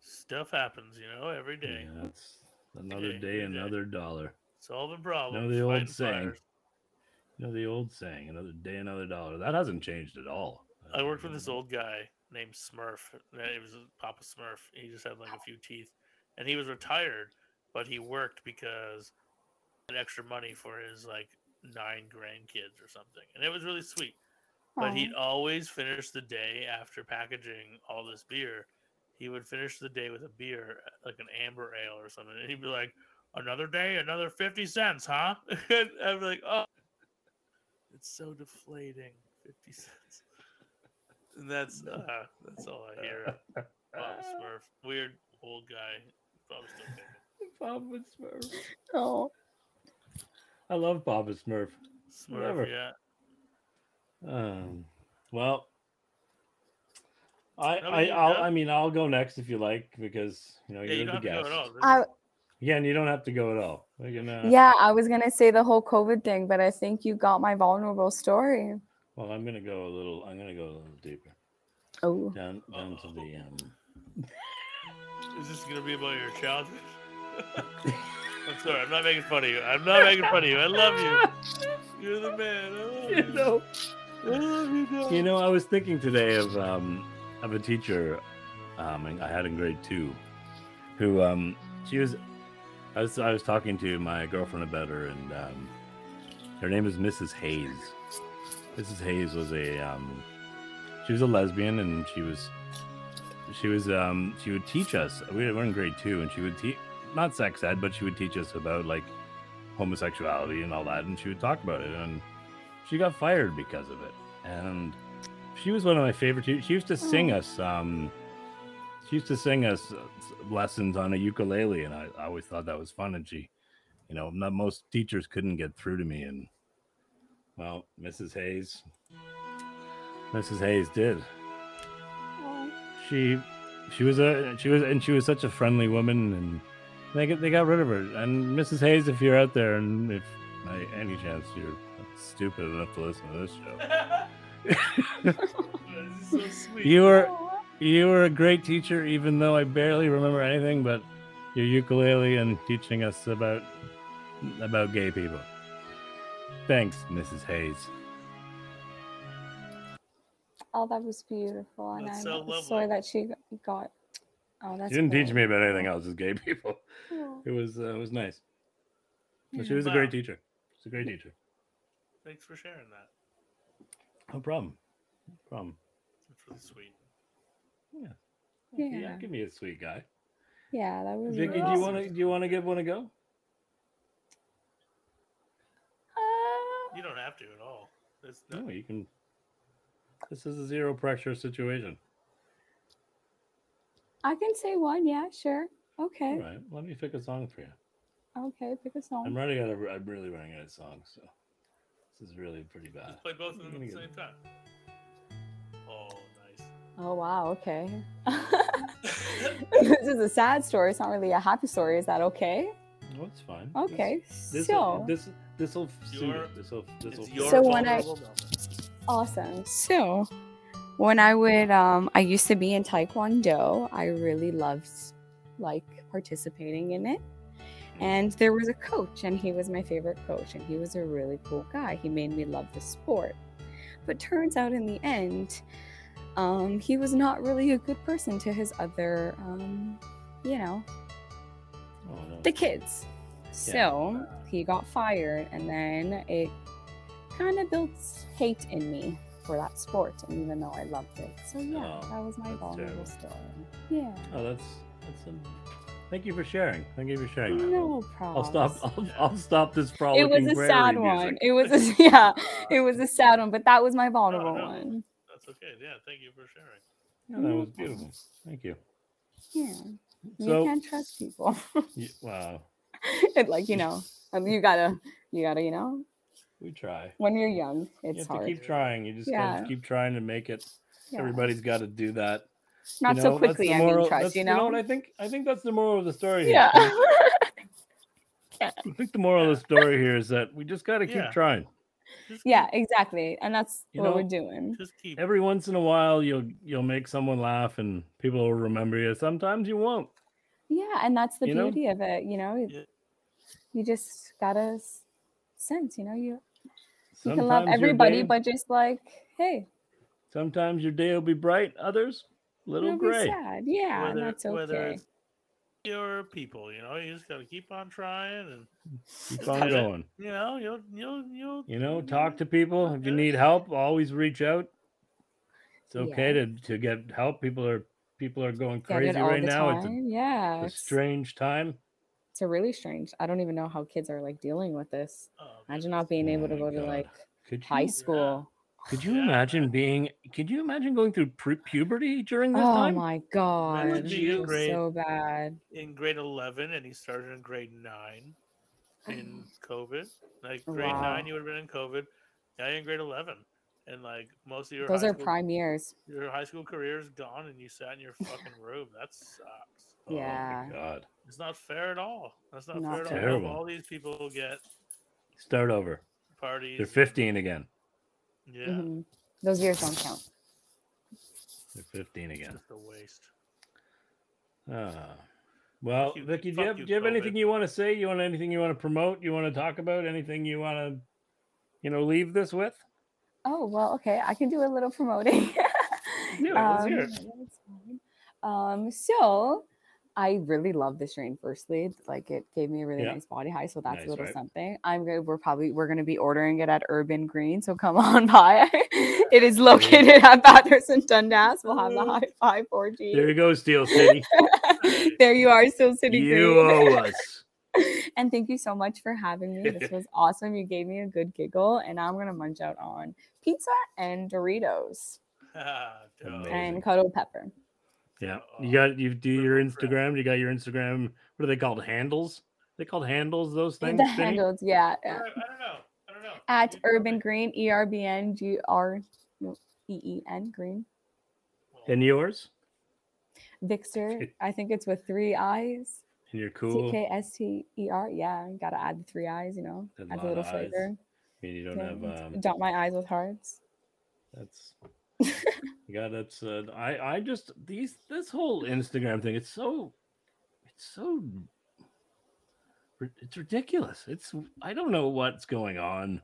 Stuff happens, you know, every day. Yeah, that's another Day, day, every day. another dollar. Solving problems. the old fighting saying. fires. You know the old saying, another day, another dollar. That hasn't changed at all. I worked with this old guy named Smurf. It was Papa Smurf. He just had like a few teeth, and he was retired, but he worked because he had extra money for his like nine grandkids or something, and it was really sweet. But he'd always finish the day after packaging all this beer. He would finish the day with a beer, like an amber ale or something, and he'd be like, "Another day, another fifty cents, huh?" and I'm like, "Oh, it's so deflating, fifty cents." And that's uh, that's all I hear. Bob Smurf, weird old guy. Probably still thinking. Papa Smurf. Oh, I love Papa Smurf. Smurf, Whatever. yeah. Um, well, I, No, I, you I'll, go. I mean, I'll go next if you like because you know Yeah, you you're don't the have to go guest. at all. This I, is- Again, you don't have to go at all. We can, uh, yeah, I was gonna say the whole COVID thing, but I think you got my vulnerable story. Well, I'm gonna go a little. I'm gonna go a little deeper Oh, down down to the um. Is this gonna be about your childhood? I'm sorry, I'm not making fun of you. I'm not making fun of you. I love you. You're the man. I love you. I love you, dog. You know, I was thinking today of um, of a teacher um, I had in grade two, who um, she was. I was I was talking to my girlfriend about her, and um, her name is Mrs. Hayes. Mrs. Hayes was a um, she was a lesbian, and she was she was um, she would teach us. We were in grade two, and she would teach not sex ed, but she would teach us about like homosexuality and all that, and she would talk about it, and she got fired because of it and she was one of my favorite. tu- She used to sing us. Um, she used to sing us uh, s- lessons on a ukulele, and I, I always thought that was fun. And she, you know, not most teachers couldn't get through to me. And well, Mrs. Hayes, Mrs. Hayes did. She, she was a, she was, and she was such a friendly woman, and they got, they got rid of her. And Mrs. Hayes, if you're out there, and if by any chance you're stupid enough to listen to this show, This is so sweet. you were, you were a great teacher, even though I barely remember anything but your ukulele and teaching us about about gay people. Thanks, Mrs. Hayes. Oh, that was beautiful. And That's I'm so lovely. sorry that she got. Oh, that's She didn't teach cool. me about anything else as gay people. Oh. It was uh, it was nice. But she Yeah. was a great Wow. teacher. She's a great teacher. Thanks for sharing that. No problem. No problem. That's really sweet. Yeah. Yeah. give me a sweet guy. Yeah, that was. Vicky, do you really- want to do you want to give one a go? Uh, You don't have to at all. It's not, No, you can. This is a zero pressure situation. I can say one. Yeah, sure. All Okay. right, let me pick a song for you. Okay, pick a song. I'm running out of. I'm really running out of songs, so this is really pretty bad. Just play both of I'm them gonna at get- the same time. Oh, nice. Oh wow. Okay. this is a sad story. It's not really a happy story. Is that okay? No, it's fine. This- Okay. This so this this will suit. Your- This will this will. It's your So when I- vulnerable moment. awesome. So when I would um I used to be in Taekwondo, I really loved like participating in it. And there was a coach and he was my favorite coach and he was a really cool guy. He made me love the sport. But turns out in the end, um, he was not really a good person to his other um, you know, Oh, no. the kids. So he got fired, and then it kind of built hate in me for that sport, and even though I loved it. So yeah, Oh, that was my that's terrible. vulnerable story. Yeah, Oh, that's that's. Um, thank you for sharing. Thank you for sharing. that. Oh, no problem. I'll Oh, stop. I'll, I'll stop this problem. It was a sad one. It was a, yeah, it was a sad one, but that was my vulnerable no. one. That's okay. Yeah, thank you for sharing. that was beautiful. Thank you. Yeah, Mm-hmm. you So, can't trust people. you, wow, it like you know, um, you gotta, you gotta, you know, we try. when you're young, you it's have hard. to keep trying. You just gotta Yeah. keep trying to make it. Yeah. Everybody's got to do that. You Not know, so that's quickly. the I moral- mean, that's- trust. You know. what I think. I think that's the moral of the story. here. yeah. I think the moral of the story here is that we just got to keep Yeah. trying. Just Yeah, exactly. And that's You what we're know, doing. keep- Just keep. Every once in a while, you'll you'll make someone laugh, and people will remember you. Sometimes you won't. Yeah, and that's the you know? beauty of it, you know? Yeah. You just gotta s- sense, you know, you, you Sometimes can love your everybody, day- but just like, hey, sometimes your day will be bright. Others, little it'll gray. be sad. Yeah, and that's whether okay. it's your people, you know, you just gotta keep on trying, and Keep Just on have it. going. you know, you'll, you'll, you'll, You know, talk to people. If you need help, always reach out. It's okay to, to get help. People are people are going Get it crazy all right the now. It's a- time. yeah. It's a, it's- strange time. it's a really strange. I don't even know how kids are like dealing with this. Oh, Imagine not being able to my go to God. like Could high you school. could you Yeah. imagine being could you imagine going through pre- puberty during this Oh time? my god. would it be was great. so bad. in grade eleven, and he started in grade nine in COVID. Like grade Oh. Wow. nine, you would have been in COVID. Now you're in grade eleven, and like most of your Those high are school, prime years. your high school career is gone, and you sat in your fucking room. That sucks. Oh my Yeah. God. It's not fair at all. That's not, Not fair at Terrible. all. All these people get Start over. parties. They're 15 again. Yeah, Mhm. Those years don't count. They're 15 it's again. just a waste. Ah. Well, Fuck you- Vicky, do you fuck have, you, do you have anything COVID. you want to say? You want anything you want to promote? You want to talk about? Anything you want to, you know, leave this with? Oh well, okay. I can do a little promoting. Um, Do it, let's hear it. yeah, that's fine. Um, so I really love the strain. Firstly, like it gave me a really Yeah. nice body high, so that's Nice, a little right? something. I'm good. We're probably we're gonna be ordering it at Urban Green, so come on by. it is located at Patterson Dundas. We'll have the high five 4G. There you go, Steel City. there you are, still City you Green. owe us. and thank you so much for having me. This was awesome. You gave me a good giggle, and now I'm gonna munch out on pizza and Doritos Ah, duh. Amazing. and cuddle pepper. Yeah, So, you uh, got you do your Purple Crab. Instagram. You got your Instagram. What are they called? Handles? they called handles those things? the Jenny? handles, yeah. I, I yeah. don't know. I don't know. At You tell Urban me. Green, E R B N G R E E N Green. Well, And yours? Vixter, I think it's with three eyes. And you're T cool. K S T E R. Yeah, gotta add the three eyes, you know, There's a adds lot a little of eyes. flavor. I mean, you don't Yeah, have. it's- Um, Dot my eyes with hearts. that's. yeah, that's. Uh, I I just these this whole Instagram thing. It's so. It's so. ri- It's ridiculous. It's I don't know what's going on.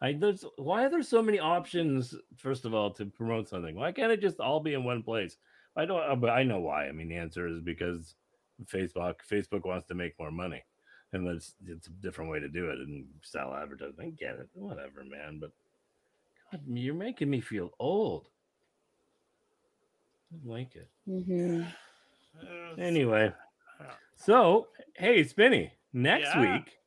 I there's why are there so many options? First of all, to promote something, why can't it just all be in one place? I don't, uh, but I know why. I mean, the answer is because Facebook Facebook wants to make more money, and that's it's a different way to do it and sell advertising. I get it, whatever, man. But God, you're making me feel old. I don't like it. Mm-hmm. uh, Anyway, so hey, Spinny, next Yeah. week,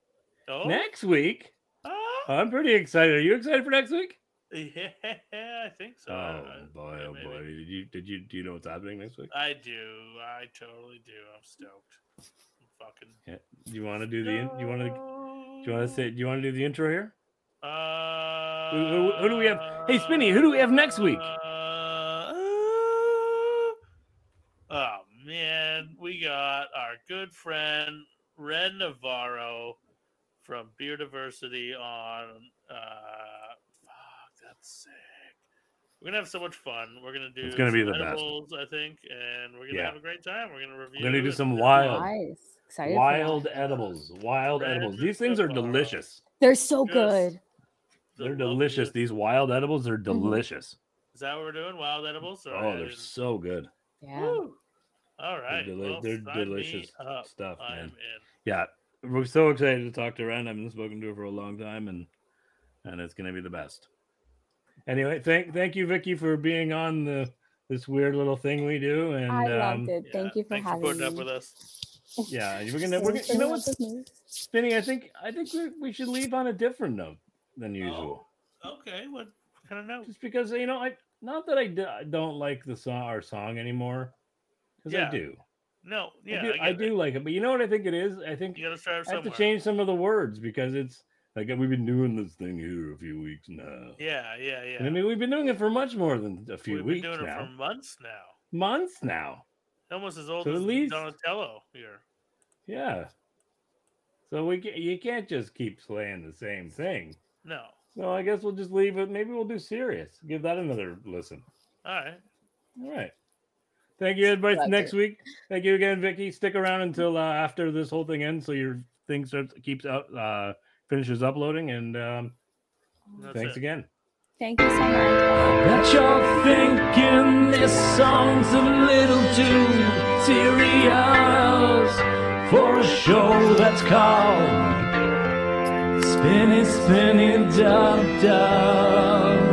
oh, next Uh, week, oh, I'm pretty excited. Are you excited for next week? yeah, I think so. I- Oh I- boy, Uh, yeah, oh maybe. boy! Did you did you do you know what's happening next week? I do. I totally do. I'm stoked. I'm fucking. Do you want to do the in- you want to do you want to stoked. say do you want to do the intro here? Uh, who- who do we have- Hey, Spinny, who do we have next week? Uh, oh man, we got our good friend Red Navarro from Beer Diversity on. Uh, fuck, that's sick. We're gonna have so much fun. We're gonna do. It's gonna be some the best. edibles, I think, and we're gonna Yeah. have a great time. We're gonna review. We're gonna do and- some wild, Nice. Excited. for that. wild edibles, wild Red edibles. These things are Navarro. delicious. They're so Yes. good. the They're delicious. loveliest- These wild edibles are delicious. Is that what we're doing? Wild edibles? Or Oh, they're so good. Yeah. Woo. All right. deli- well, they're sign me delicious up. stuff, I'm man. in. Yeah, we're so excited to talk to Ren. I haven't spoken to her for a long time, and and it's gonna be the best. Anyway, thank thank you, Vicky, for being on the this weird little thing we do, and I loved um, it. Yeah, Thanks Thank you for thanks having for putting me. up with us. yeah, we're gonna we're gonna, you know what's spinning. I think I think we we should leave on a different note than usual. Okay, what kind of note? just because you know I not that I d- I don't like the song our song anymore because Yeah, I do No, yeah, I do, I get that. do like it but you know what I think it is I think You gotta start I have to somewhere. change some of the words because it's like we've been doing this thing here a few weeks now Yeah, yeah, yeah. and I mean we've been doing it for much more than a few We've been weeks doing it for now months now. months now Almost as old So at as least- Donatello here. yeah so we ca you can't just keep playing the same thing No. so I guess we'll just leave it maybe we'll do serious give that another listen. All right. All right. Thank you, everybody. That's Next week. Thank you again, Vicky. Stick around until uh, after this whole thing ends, so your thing starts keeps up, uh, finishes uploading. And um, That's thanks it. again. Thank you so much. Bet you're thinking this song's a little too serious for a show that's called Spinny Spinny Dub Dubs.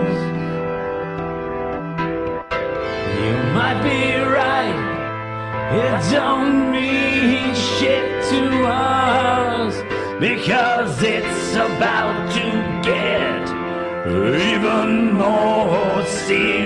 You might be right, it don't mean shit to us because it's about to get even more serious.